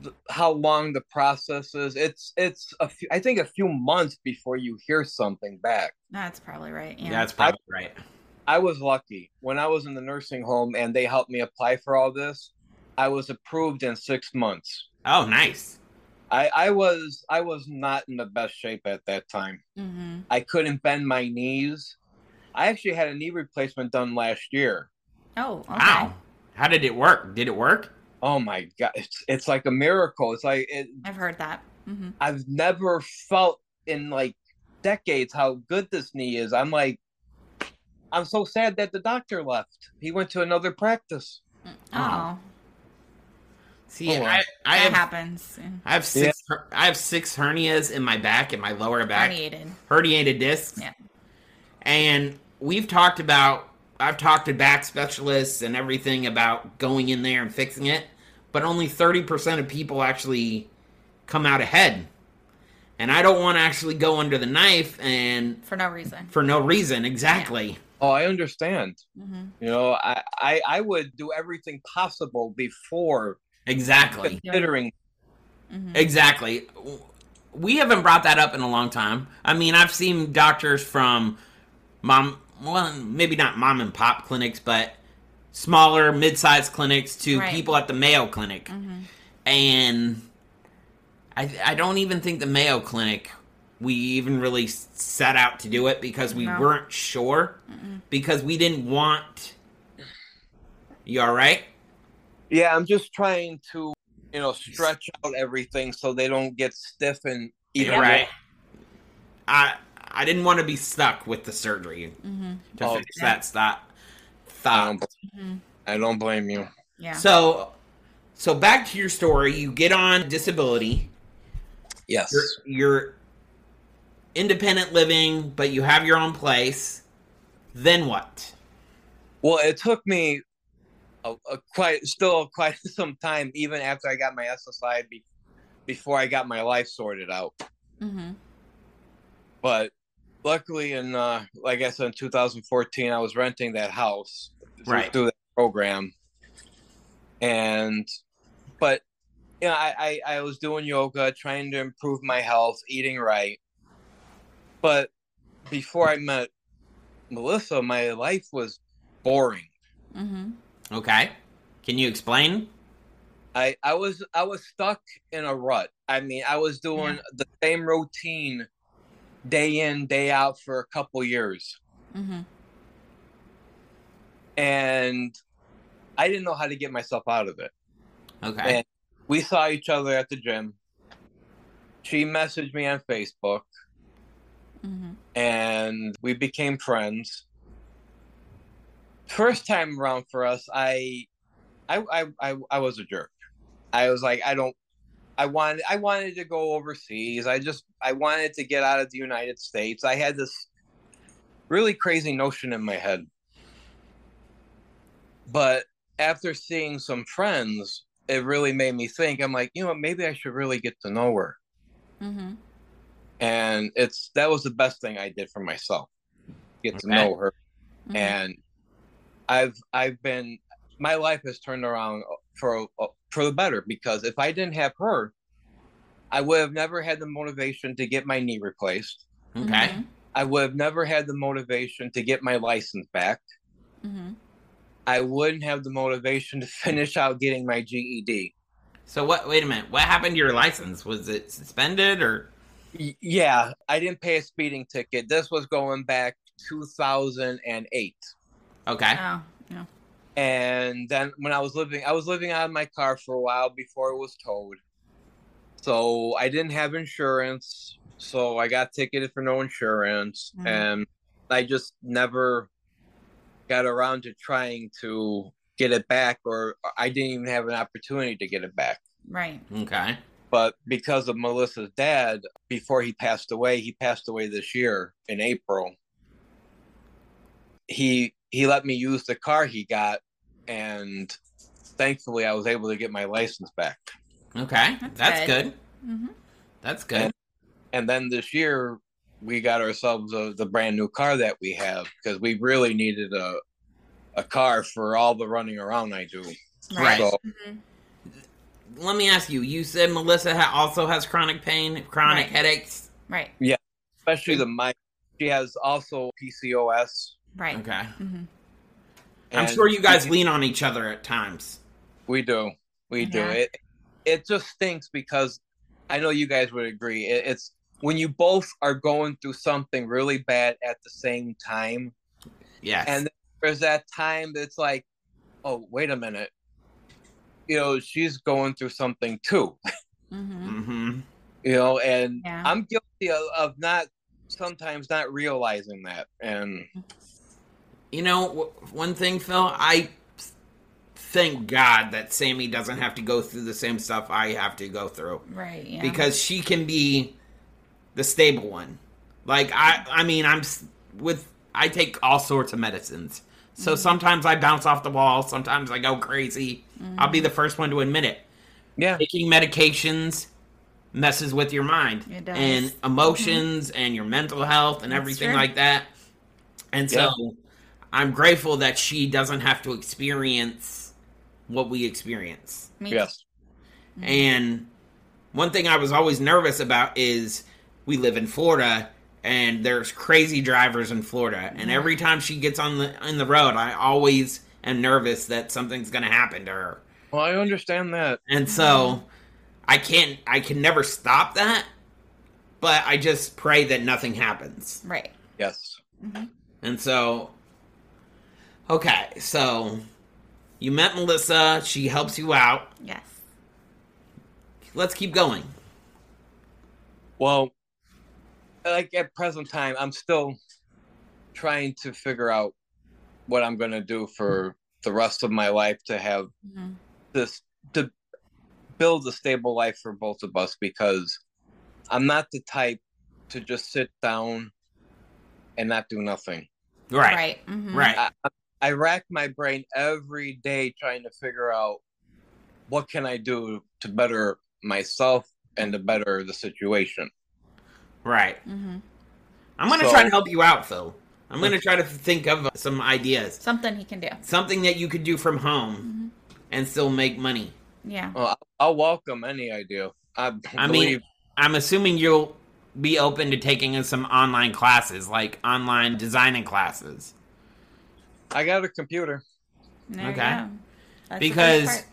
th- how long the process is. It's it's a few, I think a few months before you hear something back. That's probably right. Yeah. That's probably right. I was lucky when I was in the nursing home and they helped me apply for all this. I was approved in six months. Oh, nice. I, I was I was not in the best shape at that time. mm-hmm. I couldn't bend my knees. I actually had a knee replacement done last year. Oh. Okay. Wow. How did it work? Did it work? Oh my god, it's it's like a miracle. It's like it, I've heard that. Mm-hmm. I've never felt in like decades how good this knee is. I'm like, I'm so sad that the doctor left. He went to another practice. Oh. Wow. See, Oh, wow. I, I that have happens. Yeah. I have six her- I have six hernias in my back in my lower back, Herniated. herniated discs. Yeah. And we've talked about I've talked to back specialists and everything about going in there and fixing it, but only 30% of people actually come out ahead. And I don't want to actually go under the knife and For no reason. for no reason exactly. Oh, I understand. Mm-hmm. You know, I I, I would do everything possible before Exactly. considering. Mm-hmm. Exactly. We haven't brought that up in a long time. I mean, I've seen doctors from mom, well, maybe not mom and pop clinics, but smaller, mid sized clinics to Right. people at the Mayo Clinic. Mhm. And I, I don't even think the Mayo Clinic, we even really s- set out to do it because we No. weren't sure, because we didn't want. You all right? Yeah, I'm just trying to you know stretch out everything so they don't get stiffened. even You're more. right. I I didn't want to be stuck with the surgery Mm-hmm. to Oh, fix that thought. I thought. don't, um, I don't blame you. Yeah. So so back to your story. You get on disability. Yes. You're, you're independent living, but you have your own place. Then what? Well, it took me a, a quite still quite some time, even after I got my SSI, be, before I got my life sorted out. mm-hmm. But luckily, in uh, like I said, in 2014, I was renting that house through, Right. through that program, and but you know, I, I I was doing yoga, trying to improve my health, eating right, but before I met Melissa, my life was boring. Mm-hmm. Okay. Can you explain? I I was I was stuck in a rut. I mean, I was doing the same routine day in, day out for a couple years. Mm-hmm. And I didn't know how to get myself out of it. Okay. Yeah. We saw each other at the gym. She messaged me on Facebook Mm-hmm. and we became friends. First time around for us, I I I I, I was a jerk. I was like, I don't I wanted I wanted to go overseas. I just I wanted to get out of the United States. I had this really crazy notion in my head. But after seeing some friends, it really made me think. I'm like, you know, what, maybe I should really get to know her. Mm-hmm. And it's that was the best thing I did for myself. get to Okay. know her. Mhm. And I've I've been my life has turned around for for the better because if I didn't have her, I would have never had the motivation to get my knee replaced. Okay. Mhm. I would have never had the motivation to get my license back. Mhm. I wouldn't have the motivation to finish out getting my E GED. So what? Wait a minute. What happened to your license? Was it suspended or? Y- yeah, I didn't pay a speeding ticket. This was going back 2008. Okay. Oh, yeah. and then when I was living, I was living out of my car for a while before it was towed. So I didn't have insurance, so I got ticketed for no insurance, Mhm. and I just never got around to trying to get it back, or I didn't even have an opportunity to get it back. Right. Okay. But because of Melissa's dad, before he passed away, he passed away this year in April. He he let me use the car he got, and thankfully I was able to get my license back. Okay. That's That's, good. good. Mhm. That's good. And then this year we got ourselves a, the brand new car that we have because we really needed a a car for all the running around I do. Right. So Let me ask you. You said Melissa ha- also has chronic pain, chronic Right. headaches. Right. especially the mic, she has also PCOS. Right. Okay. Mhm. I'm and- sure you guys lean on each other at times. We do. We do. Yeah. It it just stinks because I know you guys would agree. It, it's when you both are going through something really bad at the same time, Yes. and there's that time that's like, oh wait a minute, you know she's going through something too, Mhm. mm-hmm. you know, and Yeah. I'm guilty of, of not sometimes not realizing that, and You know, w- one thing, Phil, I thank God that Sammy doesn't have to go through the same stuff I have to go through Right. Yeah. because she can be the stable one. Like I, I mean, I'm s- with I take all sorts of medicines, so Mm-hmm. sometimes I bounce off the wall, sometimes I go crazy. I'll Mm-hmm. be the first one to admit it. yeah, Taking medications messes with your mind It does. Mm-hmm. and emotions and your mental health and That's everything true. like that. And so I'm grateful that she doesn't have to experience what we experience. Me- yes, Mm-hmm. And one thing I was always nervous about is we live in Florida and there's crazy drivers in Florida. Mm-hmm. And every time she gets on the on the road, I always am nervous that something's going to happen to her. well I understand that. And so I can't I can never stop that, but I just pray that nothing happens. Right. Yes, And so okay, so you met Melissa, she helps you out. Yes. Let's keep going. Well, like at present time, I'm still trying to figure out what I'm going to do for the rest of my life to have Mhm. this to build a stable life for both of us because I'm not the type to just sit down and not do nothing. Right. Right. Right. Mhm. I rack my brain every day trying to figure out what can I do to better myself and to better the situation. Right. Mhm. I'm gonna So- try to help you out, Phil. I'm gonna try to think of some ideas, Something he can do. something that you could do from home and still make money. Yeah. Well, I- I'll welcome any idea. I, I believe mean, I'm assuming you'll be open to taking in some online classes, like online designing classes, I got a computer. There you Okay. go. That's the best because part.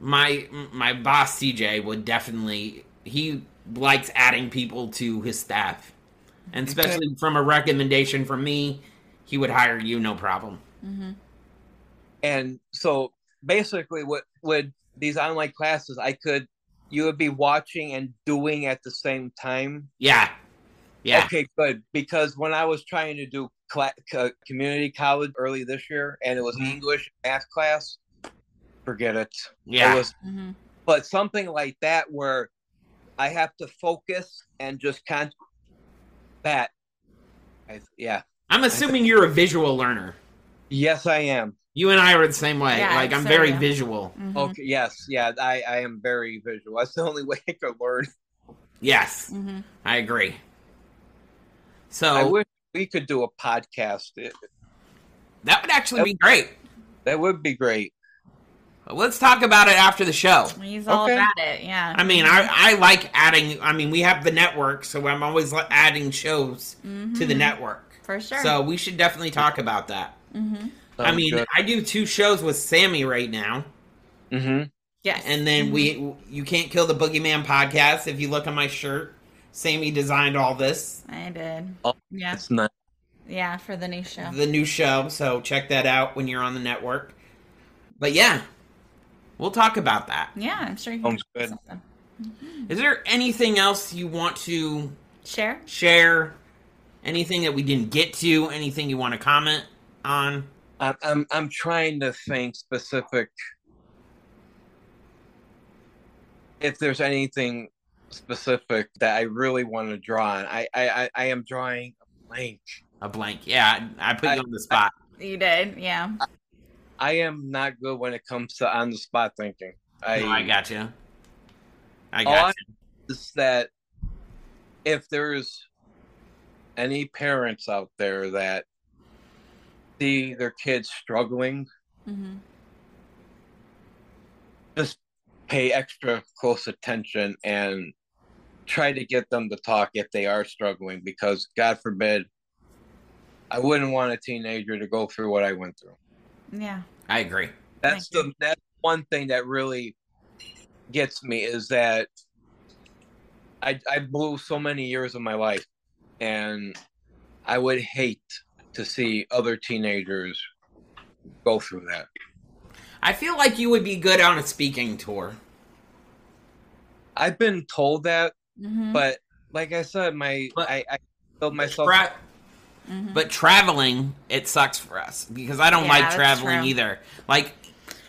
my my boss CJ would definitely he likes adding people to his staff, and especially from a recommendation from me, he would hire you no problem. Mm-hmm. And so basically what would these online classes I could you would be watching and doing at the same time. Yeah, yeah. Okay, good. Because when I was trying to do cla- co- community college early this year and it was Mm-hmm. English math class, forget it. Yeah. It was Mhm. but something like that where I have to focus and just con that I, yeah. I'm assuming you're a visual learner. Yes, I am. You and I are the same way. Yeah, like I'm so very yeah. visual. Mhm. Okay. Yes. Yeah. I, I am very visual. That's the only way I could learn. Yes, Mhm. I agree. So I wish we could do a podcast. It, That would actually be great. that would be great. Let's talk about it after the show. He's all Okay. about it. Yeah. I mean, I, I like adding. I mean, we have the network, so I'm always li- adding shows to the network. Mm-hmm. for sure. Mm-hmm. So we should definitely talk about that. Oh, I mean, I do two shows with Sammy right now, hmm yes. and then Mm-hmm. we you can't kill the boogeyman podcast. If you look at my shirt, Sammy designed all this, I did. Oh. Yeah. it's not. Yeah, for the new show. the new show. So check that out when you're on the network. But yeah, we'll talk about that. yeah, I'm sure you can Sounds good. something. Mm. Is there anything else you want to share. share? Anything that we didn't get to? Anything you want to comment on? I'm, I'm I'm trying to think specific. If there's anything specific that I really want to draw on, I I I, I am drawing a blank. A blank. Yeah, I I put I- you on the spot. You did. Yeah. I am not good when it comes to on the spot thinking. I, No, I got you. I All I- got is that if there's any parents out there that see their kids struggling, hmm pay extra close attention and try to get them to talk if they are struggling because god forbid i wouldn't want a teenager to go through what i went through Yeah. you. I agree. that's Thank the that's one thing that really gets me is that I I blew so many years of my life, and I would hate to see other teenagers go through that. I feel like you would be good on a speaking tour. I've been told that, Mm-hmm. but like I said, my But- I, I built myself. Tra- But traveling, it sucks for us because I don't Mm-hmm. Yeah, like that's traveling true. either. Like,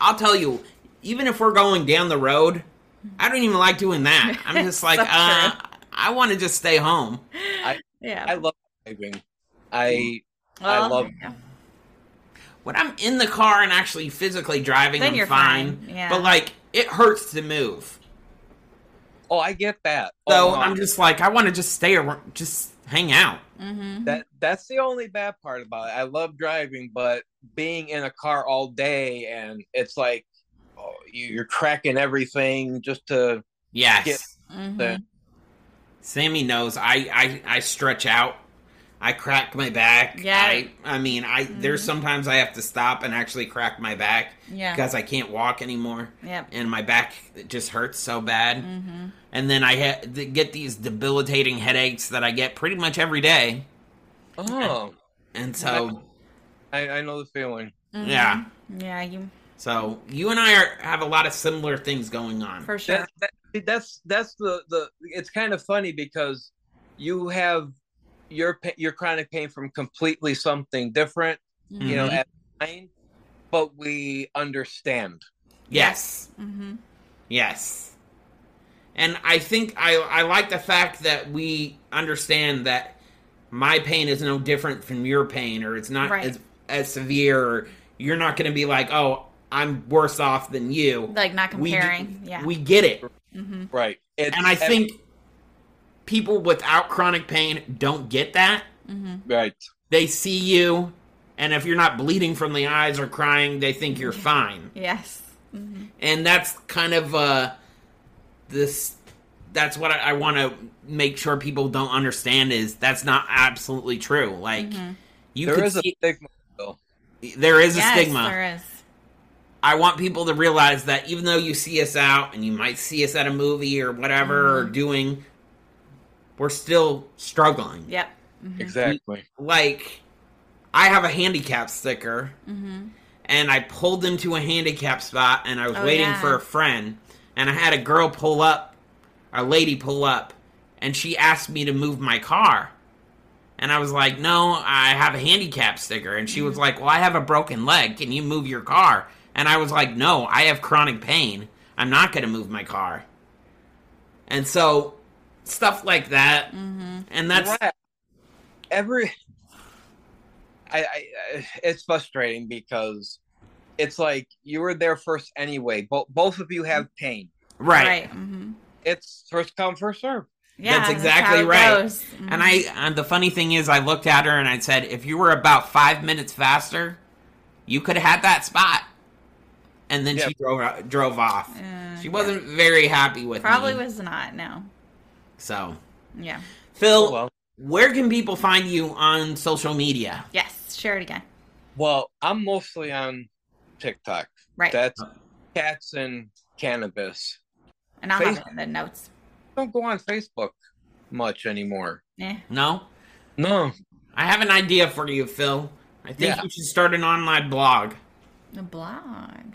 I'll tell you, even if we're going down the road, I don't even like doing that. I'm just like, So uh, I want to just stay home. yeah. I love driving. I Well, I love yeah. When I'm in the car and actually physically driving, Then I'm you're fine. fine, yeah. But like, it hurts to move. oh I get that. So oh, no. I'm just like, I want to just stay around, just hang out. Mm-hmm. That that's the only bad part about it. I love driving, but being in a car all day and it's like oh, you, you're cracking everything just to. Yes. Get- Mm-hmm. Sammy knows I, I I stretch out. I crack my back. Yeah. Mm-hmm. I, I mean, I there's sometimes I have to stop and actually crack my back Yeah. because I can't walk anymore Yep. and my back it just hurts so bad. Mm-hmm. And then I ha- th- get these debilitating headaches that I get pretty much every day. Oh, And so I, I know the feeling. yeah. Mm-hmm. Yeah. You So you and I are, have a lot of similar things going on. for sure. That, that, that's that's the the. It's kind of funny because you have your pa- your chronic pain from completely something different. Mm-hmm. You know, Mhm. at mine, but we understand. yes. Mm-hmm. Yes. And I think I, I like the fact that we understand that my pain is no different from your pain, or it's not Right. as, as severe, or you're not going to be like, oh, I'm worse off than you. Like not We- comparing. yeah. We get it. mm-hmm. Right. It's, And I think people without chronic pain don't get that. Mm-hmm. right. They see you, and if you're not bleeding from the eyes or crying, they think you're fine. Yes. Mm-hmm. and that's kind of uh this that's what i, I want to make sure people don't understand is that's not absolutely true like Mhm. you There could is a see- stigma. there is a yes, stigma There is. i want people to realize that even though you see us out and you might see us at a movie or whatever or Mm-hmm. doing we're still struggling Yep. Mm-hmm. Exactly. like i have a handicap sticker Mm-hmm. and I pulled into a handicap spot and I was Oh, waiting yeah. for a friend and I had a girl pull up, a lady pull up, and she asked me to move my car. And I was like, "No, I have a handicap sticker." And she was like, "Well, I have a broken leg. Can you move your car?" And I was like, "No, I have chronic pain. I'm not going to move my car." And so stuff like that. Mm-hmm. And that's Right. every I, I I- it's frustrating because it's like you were there first anyway both both of you have pain right. Mm-hmm. it's first come first serve Yeah, that's that's exactly how it right. goes. And I, and the funny thing is, I looked at her and I said, if you were about five minutes faster, you could have had that spot. And then Yeah. she drove drove off. Uh, she wasn't very happy with Probably me, was not. No. So, Yeah. Phil, Oh, well. where can people find you on social media? Yes. Share it again. Well, I'm mostly on TikTok. Right. That's cats and cannabis. and I'll have face- it in the notes. Don't go on Facebook much anymore. Yeah. No, No, I have an idea for you, Phil. I think Yeah. you should start an online blog. The blog.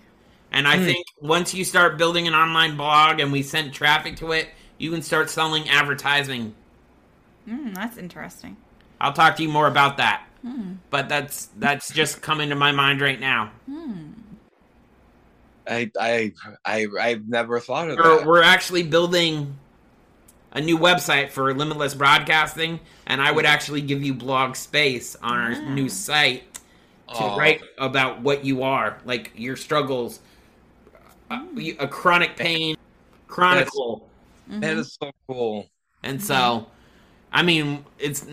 And I Hmm. think once you start building an online blog and we send traffic to it, you can start selling advertising. Mm, that's interesting. I'll talk to you more about that. Mm-hmm. But that's that's just coming to my mind right now. Mm-hmm. I, I, I, I've never thought of We're, that. we're actually building a new website for Limitless Broadcasting, and I would actually give you blog space on our new site to Oh, write about what you are, like your struggles, a, a chronic pain, chronicle. That is so cool. And Mm-hmm. so, I mean, it's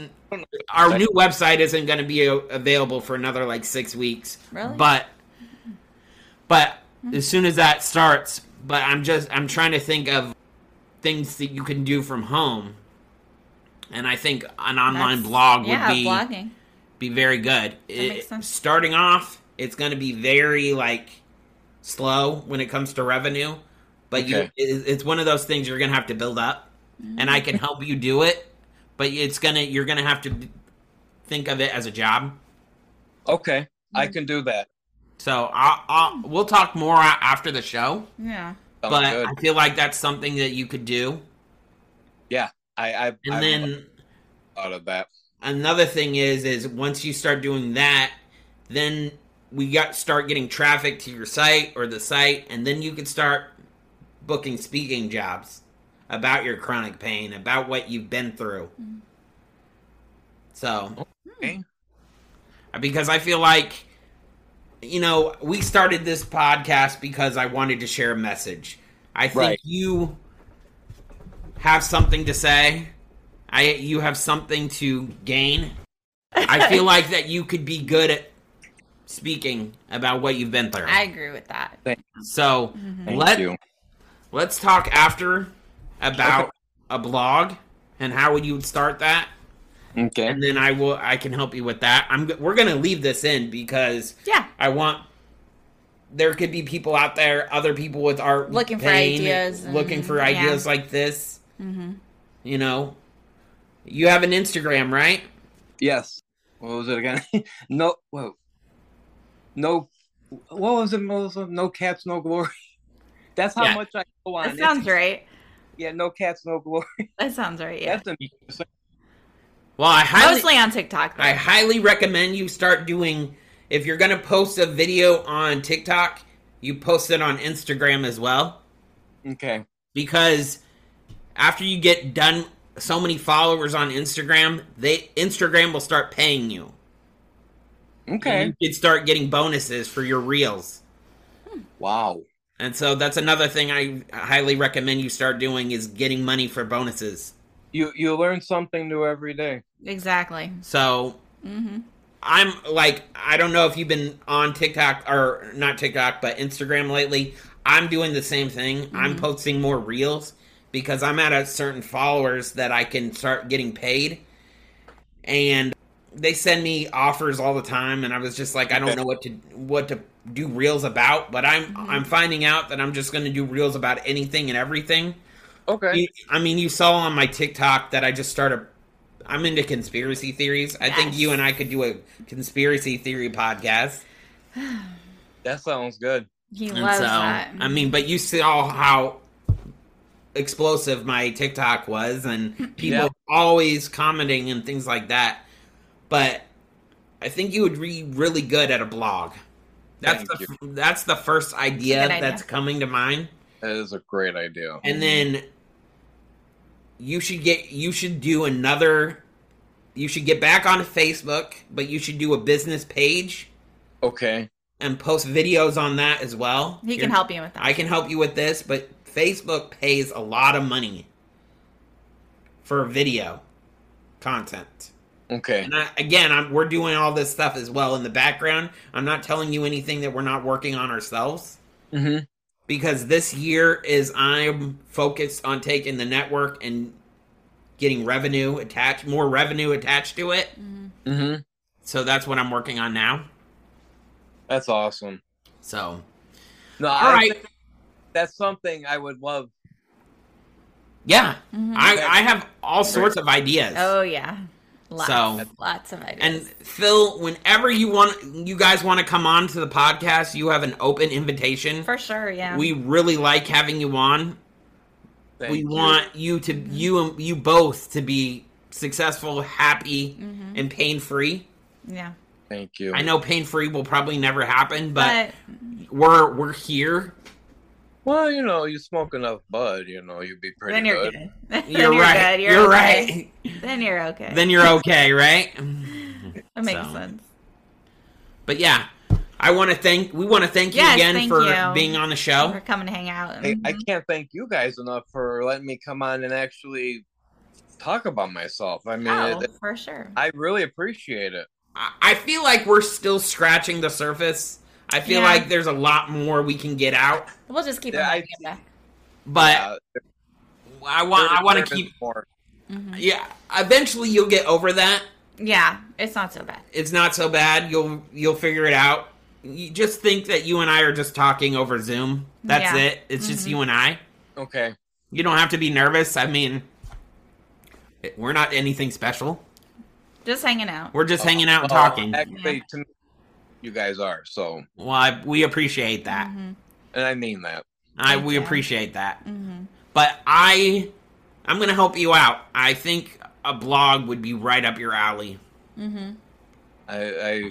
our new website isn't going to be a- available for another like six weeks. Really? Mm-hmm. But, but as soon as that starts, but I'm just I'm trying to think of things that you can do from home, and I think an online That's- blog would yeah, be blogging. be very good. It- makes sense. Starting off, it's going to be very like slow when it comes to revenue, but you, Okay. it, it's one of those things you're going to have to build up, and I Mm-hmm. can help you do it. But it's gonna you're gonna have to b- think of it as a job. Okay, I can do that. So I'll, I'll, we'll talk more a- after the show. Yeah. Sounds but good. I feel like that's something that you could do. yeah, I, I, And I then thought of that. another thing is is once you start doing that then we got start getting traffic to your site or the site and then you can start booking speaking jobs about your chronic pain about what you've been through so Okay. because i feel like you know we started this podcast because i wanted to share a message i think Right. you have something to say i you have something to gain i feel like that you could be good at speaking about what you've been through I Mm-hmm. agree with that. so Thank let you. let's talk after about a blog and how would you start that Okay. and then i will i can help you with that i'm g- we're gonna leave this in because Yeah. i want there could be people out there other people with art Looking for ideas and- looking for yeah. ideas like this Mm-hmm. you know you have an instagram right Yes. What was it again? no. Whoa. No. What was it? Melissa? No caps, no glory. That's how Yeah. much I go on. That sounds It's- right. Yeah, no caps, no glory. That sounds right. Yeah. That's interesting. well i highly Mostly on TikTok. though. I highly recommend you start doing if you're going to post a video on TikTok, you post it on Instagram as well Okay. because after you get done so many followers on Instagram, they Instagram will start paying you. Okay. You could start getting bonuses for your reels. Mm-hmm. Wow. And so that's another thing I highly recommend you start doing is getting money for bonuses. You you learn something new every day. exactly. Mm-hmm. So I'm like, I don't know if you've been on TikTok or not TikTok, but Instagram lately. I'm doing the same thing. I'm posting more reels because I'm at a certain followers that I can start getting paid. And they send me offers all the time and I was just like I don't know what to what to do reels about, but I'm I'm finding out that I'm just going to do reels about anything and everything. Okay. You- I mean, you saw on my TikTok that I just started. I'm into conspiracy theories. I think Yes. you and I could do a conspiracy theory podcast. that sounds good. He And loves so, that. I mean, but you saw how explosive my TikTok was, and people Yeah. always commenting and things like that. But I think you would be really good at a blog. That's Thank the that's the first idea idea. that's coming to mind. That is a great idea. and Mm-hmm. then you should get you should do another you should get back on facebook but you should do a business page Okay. and post videos on that as well he can You're- help you with that. i can help you with this but facebook pays a lot of money for video content. Okay. And I, again, I'm, we're doing all this stuff as well in the background. I'm not telling you anything that we're not working on ourselves hmm because this year is I'm focused on taking the network and getting revenue attached, more revenue attached to it. hmm So that's what I'm working on now. That's awesome. So, No, all I right, think that's something I would love. yeah, I, I have all sorts of ideas. Mm-hmm. Oh yeah, lots, So- lots of ideas. And Phil, whenever you want, you guys want to come on to the podcast, you have an open invitation. for sure, yeah. We really like having you on. Thank we you. want you to you and you both to be successful, happy, and pain free. Mm-hmm. yeah, Thank you. I know pain free will probably never happen, but, but we're we're here. Well, you know, you smoke enough bud, you know, you'd be pretty then you're good. good. Then You're, right. good, You're, okay. right. Then you're okay. then you're okay, right? that makes so. sense. But yeah, I want to thank we want to thank you Yes, again thank for you. being on the show. We're coming to hang out. I, I can't thank you guys enough for letting me come on and actually talk about myself. I mean, oh, it- for sure. I really appreciate it. I I feel like we're still scratching the surface. I feel Yeah. like there's a lot more we can get out, we'll just keep Yeah, yeah, I- it back. but Uh, I want I want there is to keep more. yeah, eventually you'll get over that. Yeah, it's not so bad. It's not so bad. You'll you'll figure it out. You just think that you and I are just talking over Zoom. That's Yeah. Mm-hmm. it. It's just you and I. Okay. You don't have to be nervous. I mean, it- we're not anything special. Just hanging out. We're just hanging out and Well, talking. Actually, to me, you guys are so, Well, I, we appreciate that. Mm-hmm, and I mean that. I Thank we you. appreciate that. Mhm. But I I'm going to help you out. I think a blog would be right up your alley. Mm-hmm. I I,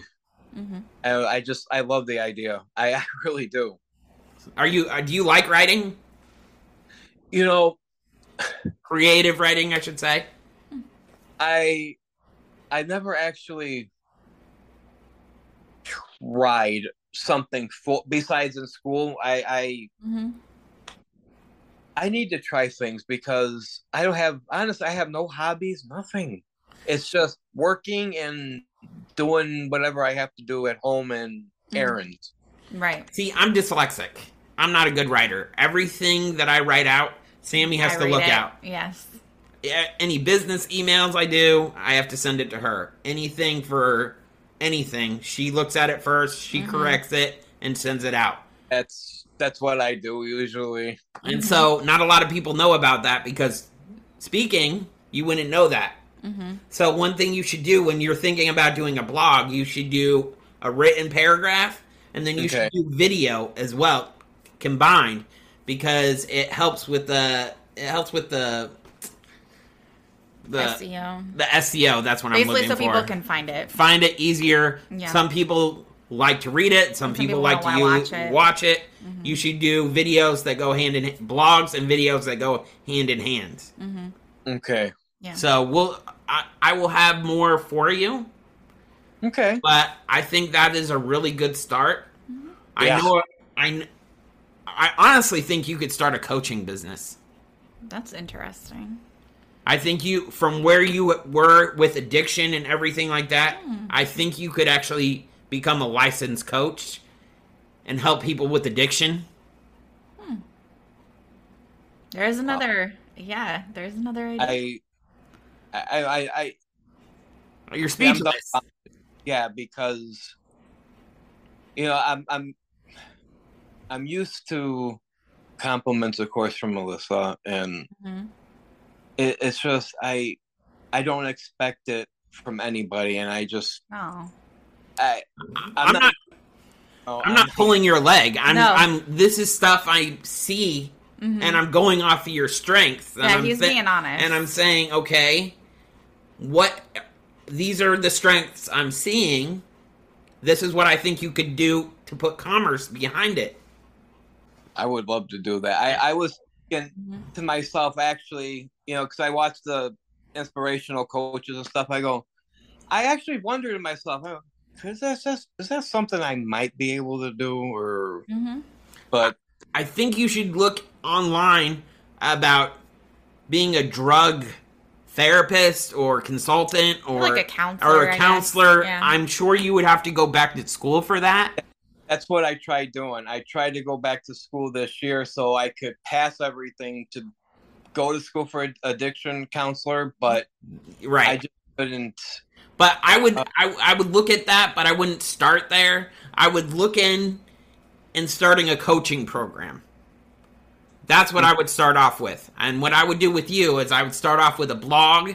Mm-hmm. I, I just I love the idea. I, I really do. Are you uh, do you like writing? You know, Creative writing, I should say. I I never actually tried something full besides in school. I I Mm-hmm. I need to try things because I don't have honestly I have no hobbies, nothing. It's just working and doing whatever I have to do at home and errands. Right. See, I'm dyslexic. I'm not a good writer. Everything that I write out, Sammy has I to read look it. out. Yes. Yeah, Any business emails I do, I have to send it to her. Anything for anything, she looks at it first, she corrects it, and sends it out. That's that's what I do usually. And so, not a lot of people know about that because speaking, you wouldn't know that. Mm-hmm. So, one thing you should do when you're thinking about doing a blog, you should do a written paragraph and then you Okay. should do video as well combined because it helps with the it helps with the the SEO. the SEO. That's what Basically, I'm looking so for. people can find it. Find it easier. Yeah. Some people like to read it. Some, people, people like to wanna u- watch it. Mm-hmm. watch it. You should do videos that go hand in blogs and videos that go hand in hand. Mm-hmm. Okay. Yeah. So we'll I, I will have more for you, Okay. but I think that is a really good start. Mm-hmm. I Yeah. know I kn- I honestly think you could start a coaching business. That's interesting. I think you, from where you were with addiction and everything like that, Hmm. I think you could actually become a licensed coach and help people with addiction. There's another. Yeah. There's another idea. I I I, I You're Yeah, I'm speechless. dumbfounded. Yeah, because you know I'm I'm I'm used to compliments, of course, from Melissa, and Mhm. it, it's just I I don't expect it from anybody, and I just Oh. I I'm, I'm not. not- oh, I'm not pulling your leg. I'm. No. I'm. This is stuff I see, Mhm. and I'm going off of your strengths. and yeah, I'm he's thi- being honest. And I'm saying, okay, what? These are the strengths I'm seeing. This is what I think you could do to put commerce behind it. I would love to do that. I I was thinking Mhm. to myself actually, you know, because I watch the inspirational coaches and stuff. I go, I actually wonder to myself, oh, is that just, is that something I might be able to do, or Mhm. but I think you should look online about being a drug therapist or consultant or Like a counselor, or I a guess. counselor, Yeah. I'm sure you would have to go back to school for that. That's what I tried doing. I tried to go back to school this year so I could pass everything to go to school for ad- addiction counselor, but Right. I just couldn't. But I would I, I would look at that, but I wouldn't start there. I would look in and starting a coaching program. That's what I would start off with. And what I would do with you is I would start off with a blog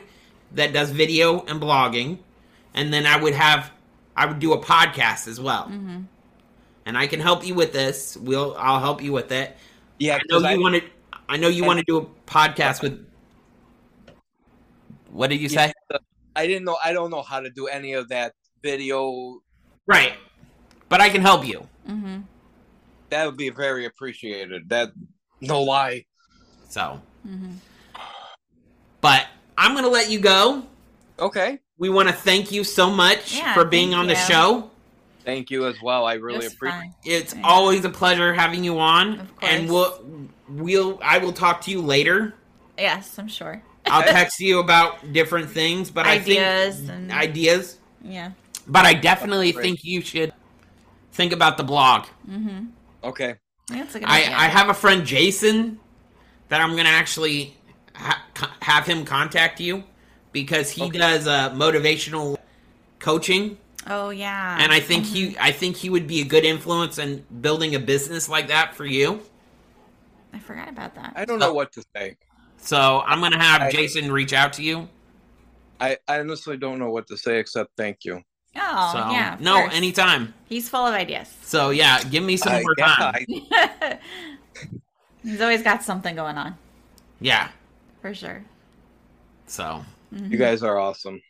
that does video and blogging, and then I would have I would do a podcast as well. Mm. Mm-hmm. And I can help you with this. We'll I'll help you with it. Yeah, I know 'cause I- you want to I know you want to do a podcast with What did you say? I didn't know. I don't know how to do any of that video. Right. But I can help you. Mm-hmm. That would be very appreciated. That no lie. So, Mm-hmm. but I'm going to let you go. Okay. We want to thank you so much Yeah, for being thank on the you. show. Thank you as well. I really That's appreciate. fine. It's Yeah. always a pleasure having you on. Of course. And we'll we'll I will talk to you later. Yes, I'm sure. I'll text you about different things, but I Ideas think and- ideas. Yeah. But I definitely Great. think you should think about the blog. Mm-hmm. Okay. That's a good I, idea. I have a friend Jason that I'm gonna actually ha- co- have him contact you because he Okay. does uh, motivational coaching, oh yeah. and I think he I think he would be a good influence in building a business like that for you. I forgot about that. I don't know what to say. So I'm gonna have I- Jason reach out to you. I, I honestly don't know what to say except thank you. oh so yeah. of no, course. anytime. He's full of ideas. So yeah, give me some I- more yeah, time. I- He's always got something going on yeah. for sure. Mm-hmm. So you guys are awesome.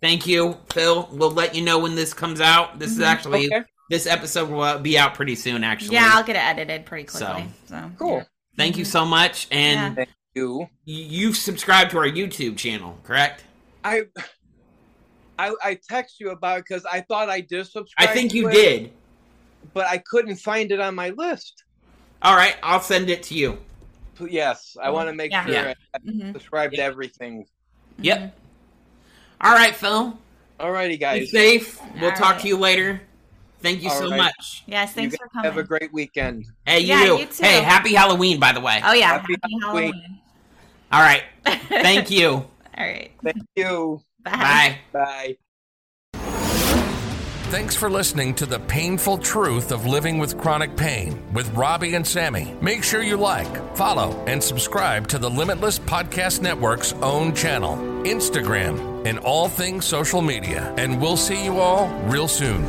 thank you, Phil. We'll let you know when this comes out. Mm-hmm. This is actually Okay. this episode will uh, be out pretty soon. Actually, Yeah, I'll get it edited pretty So. quickly. So, Cool. Thank you so much. And Yeah. You. y you've subscribed to our YouTube channel, correct? I. I, I text you about because I thought I did I subscribe. think to you it, did. but I couldn't find it on my list. All right, I'll send it to you. P- Yes, I want to make Yeah. sure Yeah. I Mhm. subscribe to everything. Mm-hmm. Yep. All right, Phil. Alrighty, Be guys. safe. We'll All talk right. to you later. Thank you All so right. much. Yes, You thanks guys for coming. Have a great weekend. Hey, you. Yeah, you too. Hey, happy Halloween, by the way. oh yeah, Happy happy, Halloween. All right. Thank you. All right. Thank you. Bye. Bye. Thanks for listening to The Painful Truth of Living with Chronic Pain with Robbie and Sammy. Make sure you like, follow, and subscribe to the Limitless Podcast Network's own channel, Instagram, and all things social media. And we'll see you all real soon.